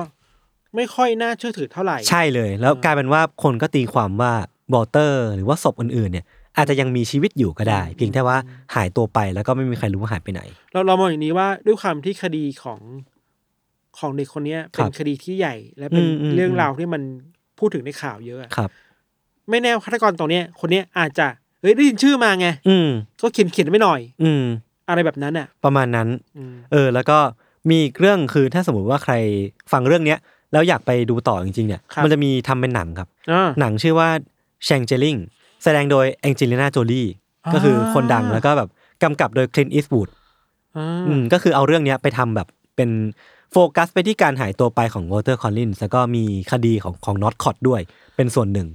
ไม่ค่อยน่าเชื่อถือเท่าไหร่
ใช่เลย แล้วกลายเป็นว่าคนก็ตีความว่าบอเตอร์ หรือว่าศพอื่นๆเนี่ย อาจจะยังมีชีวิตอยู่ก็ได้ เพียงแต่ว่าหายตัวไปแล้วก็ไม่มีใครรู้ว่าหายไปไหน
เราเรามองอย่างนี้ว่าด้วยความที่คดีของของเด็กคนเนี้ย
ค
เป็น
รับ
คดีที่ใหญ่ และเป็น
อืมอืม
เรื่องราวที่มันพูดถึงในข่าวเยอะอะ
ครับ
ไม่แน่ฆาตกรตัวเนี้ย คนเนี้ยอาจจะเฮ้ยได้ยินชื่อมาไง
อืม
ก็เขียนเขียนไม่หน่อย
อืม
อะไรแบบนั้นอ่ะ
ประมาณนั้น
อืม
เออแล้วก็มีอีกเรื่องคือถ้าสมมติว่าใครฟังเรื่องเนี้ยแล้วอยากไปดูต่อจริงๆเนี่ย
ครับ
มันจะมีทำเป็นหนังครับ
อ่า
หนังชื่อว่าแชงเจลิงแสดงโดยแองเจลิน่าโจลี
อ่า
ก็คือคนดังแล้วก็แบบกำกับโดยคลินอีสบูด
อ่า
ก็คือเอาเรื่องเนี้ยไปทำแบบเป็นโฟกัสไปที่การหายตัวไปของวอเตอร์คอนลินแล้วก็มีคดีของของน็อตคอตด้วยเป็นส่วนหนึ่ง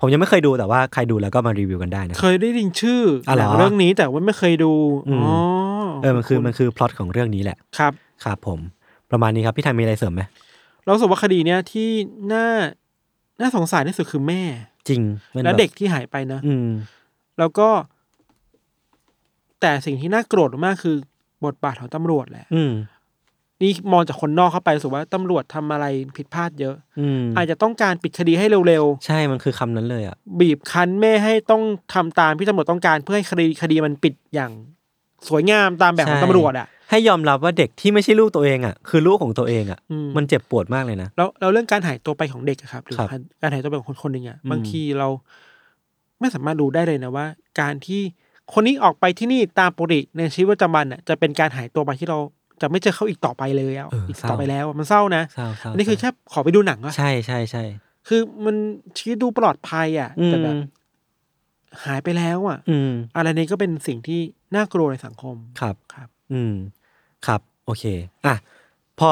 ผมยังไม่เคยดูแต่ว่าใครดูแล้วก็มารีวิวกันได้นะค
เครับ ยได้ยินชื่อ
อเหรอ
หนังเรื่องนี้แต่ว่าไม่เคยดู
อืม
อ๋อ
เออมันคือมันคือพล็อตของเรื่องนี้แหละ
ครับ
ครับผมประมาณนี้ครับพี่ทันมีอะไรเสริมไหม
เรารู้สึกว่าคดีเนี้ยที่น่าน่าสงสารที่สุดคือแม่
จริงมันบบ
และเด็กที่หายไปนะ
อืม
แล้วก็ แต่สิ่งที่น่าโกรธมากคือบทบาทของตำรวจแหละ
อืม
นี่มองจากคนนอกเข้าไปรู้สึกว่าตำรวจทำอะไรผิดพลาดเยอะ
อืม
อาจจะต้องการปิดคดีให้เร็ว
ใช่มันคือคำนั้นเลยอ่ะ
ๆ บีบคั้นแม่ให้ต้องทำตามที่ตำรวจต้องการเพื่อให้คดีคดีมันปิดอย่างสวยงามตามแบบของ
ใช่
ตำรวจอ่ะ
ให้ยอมรับว่าเด็กที่ไม่ใช่ลูกตัวเองอ่ะ คือลูกของตัวเองอ่ะ
อืม
มันเจ็บปวดมากเลยนะ
แล้วแล้วเรื่องการหายตัวไปของเด็กอะครับหรือ
ครับ
การหายตัวไปของคนคนหนึ่งอะ
อืม
บางทีเรา ไม่สามารถรู้ได้เลยนะว่า การที่คนนี้ออกไปที่นี่ตามปกติในชีวิตประจำวันอะจะเป็นการหายตัวไปที่เราจะไม่เจอเขาอีกต่อไปเลยอะอีกต่อไปแล้วอะมันเศร้านะ
เศร้าเศร้า
อันนี้คือแค่ขอไปดูหนังอะ
ใช่ใช่ใช่
คือมันชีวิตดูปลอดภัยอะ
อืม
แต่แบบหายไปแล้วอะ
อืม
อะไรนี้ก็เป็นสิ่งที่น่ากลัวในสังคม
ครับ
ครับ
อืม ครับ โอเค อ่ะ พอ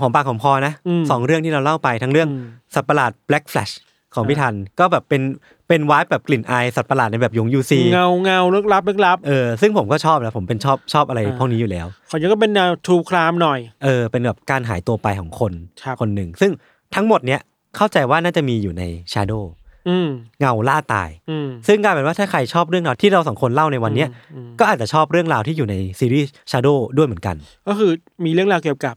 หอมปากหอมคอนะ
อืม
สองเรื่องที่เราเล่าไปทั้งเรื่อง
อืม
สัตว์ประหลาด Black Flash ของพี่ทัน ก็แบบเป็นเป็นวายแบบกลิ่นอายสัตว์ประหลาดในแบบยงยูซี
เงาเงาลึกลับลึกลับ
เออซึ่งผมก็ชอบนะผมเป็นชอบชอบอะไร
อ่า
พวกนี้อยู่แล้ว
ขอยังก็เป็นแนวทรูครามหน่อย
เออ เป็นแบบการหายตัวไปของคน
ครับ
คนหนึ่ง ซึ่งทั้งหมดเนี้ยเข้าใจว่าน่าจะมีอยู่ใน Shadow
อืม
เงาล่าตาย
อืม
ซึ่งกลายเป็นว่าถ้าใครชอบเรื่องราวที่เราสองคนเล่าในวันเนี้ย
อืมอืม
ก็อาจจะชอบเรื่องราวที่อยู่ในซีรีส์ Shadow ด้วยเหมือนกัน
ก็คือมีเรื่องราวเกี่ยวกับ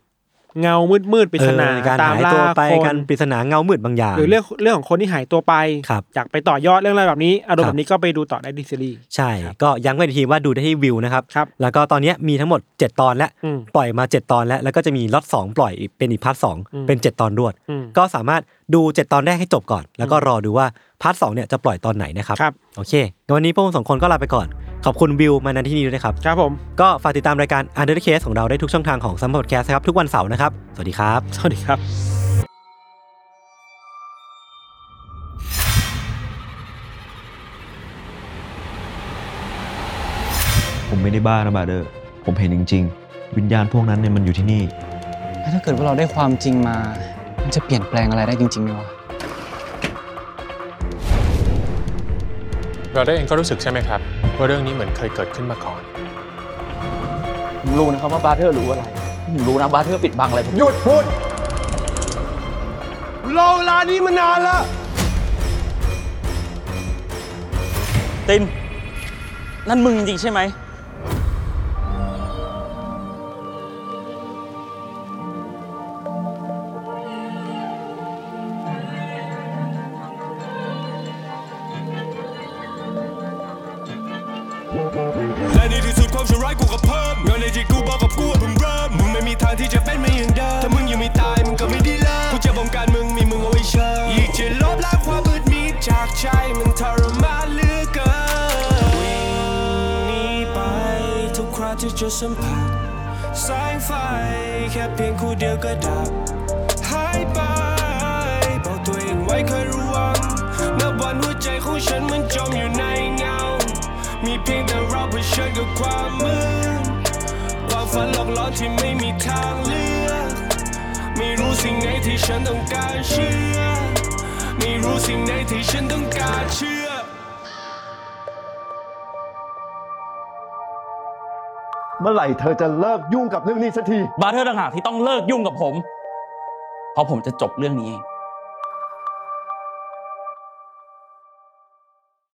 เงามืดๆปริศนา
เออการ
ตาม
หาย
ล่า
ตัวไป
คน
การปริศนาเงามืดบางอย่าง
หรือเรื่องเรื่องของคนที่หายตัวไป
ครับ
อยากไปต่อยอดเรื่องราวแบบนี้ อารมณ์แบบนี้ก็ไปดูต่อได้ที่ซีรีส์
ใช่ ก็ย้ำกันอีกทีว่าดูได้ที่วิวนะครับ
ครับ
แล้วก็ตอนเนี้ยมีทั้งหมด 7 ตอนแล้ว
อืม
ปล่อยมา 7 ตอนแล้ว แล้วก็จะมีล็อต2ปล่อยอีกเป็นอีกพาร์ทสอง
อืม
เป็น 7 ตอนรวด
อืม
ก็สามารถดู 7 ตอนแรกให้จบก่อน แล้วก็รอดูว่าพาร์ทสองเนี่ยจะปล่อยตอนไหนนะครับ
ครับ
โอเคงั้นวันนี้พวกผมสองคนก็ลาไปก่อนขอบคุณวิวมาณที่นี้ด้วยนะครับ
ครับผม
ก็ฝากติดตามรายการ Under the Case ของเราได้ทุกช่องทางของ s ัมพอดแคสต์ครับ ทุกวันเสาร์นะครับ สวัสดีครับ
สวัสดีครับ
ผมไม่ได้บ้านะบาเดอร์ ผมเห็นจริง ๆ วิญญาณพวกนั้นเนี่ยมันอยู่ที่นี่
แล้วถ้าเกิดว่าเราได้ความจริงมา มันจะเปลี่ยนแปลงอะไรได้จริงๆไหมวะ
เราได้เองก็รู้สึกใช่ไหมครับ ว่าเรื่องนี้เหมือนเคยเกิดขึ้นมาก่อน
ผมรู้นะครับว่าบาร์เทอร์รู้อะไรผมรู้นะบาร์เทอร์ปิดบังอะไรผม
ตินนั่นมึงจริงๆใช่ไหม
และในที่สุดความชั่วร้ายกูก็เพิ่มเงานในจิตกูบอกกับกูว่ามึงเริ่มมึงไม่มีทางที่จะเป็นเหมือนอย่างเดิมถ้ามึงยังไม่ตายมึงก็ไม่ได้เลิกกูจะบงการมึงมีมึงเอาไว้เชิญอยากจะลบล้างความมืดมิดจากใจมันทรมานเหลือเกินวิ่งหนีไปทุกครั้งที่เจอสัมผัสแสงไฟแค่เพียงคู่เดียวก็ดับ หายไปบอกตัวเองไว้เคยระวังนับวันหัวใจของฉันมันจมอยู่ในเงา มีเพียงแต่เราเผชิญกับความมืดความฝันหลอกหลอนที่ไม่มีทางเลือกไม่รู้สิ่งไหนที่ฉันต้องการเชื่อ ไม่รู้สิ่งไหนที่ฉันต้องการเชื่อ เมื่อไหร่เธอจะเลิกยุ่งกับเรื่องนี้สักที
บาร์เทอร์ต่างหากที่ต้องเลิกยุ่งกับผม เพราะผมจะจบเรื่องนี้เอง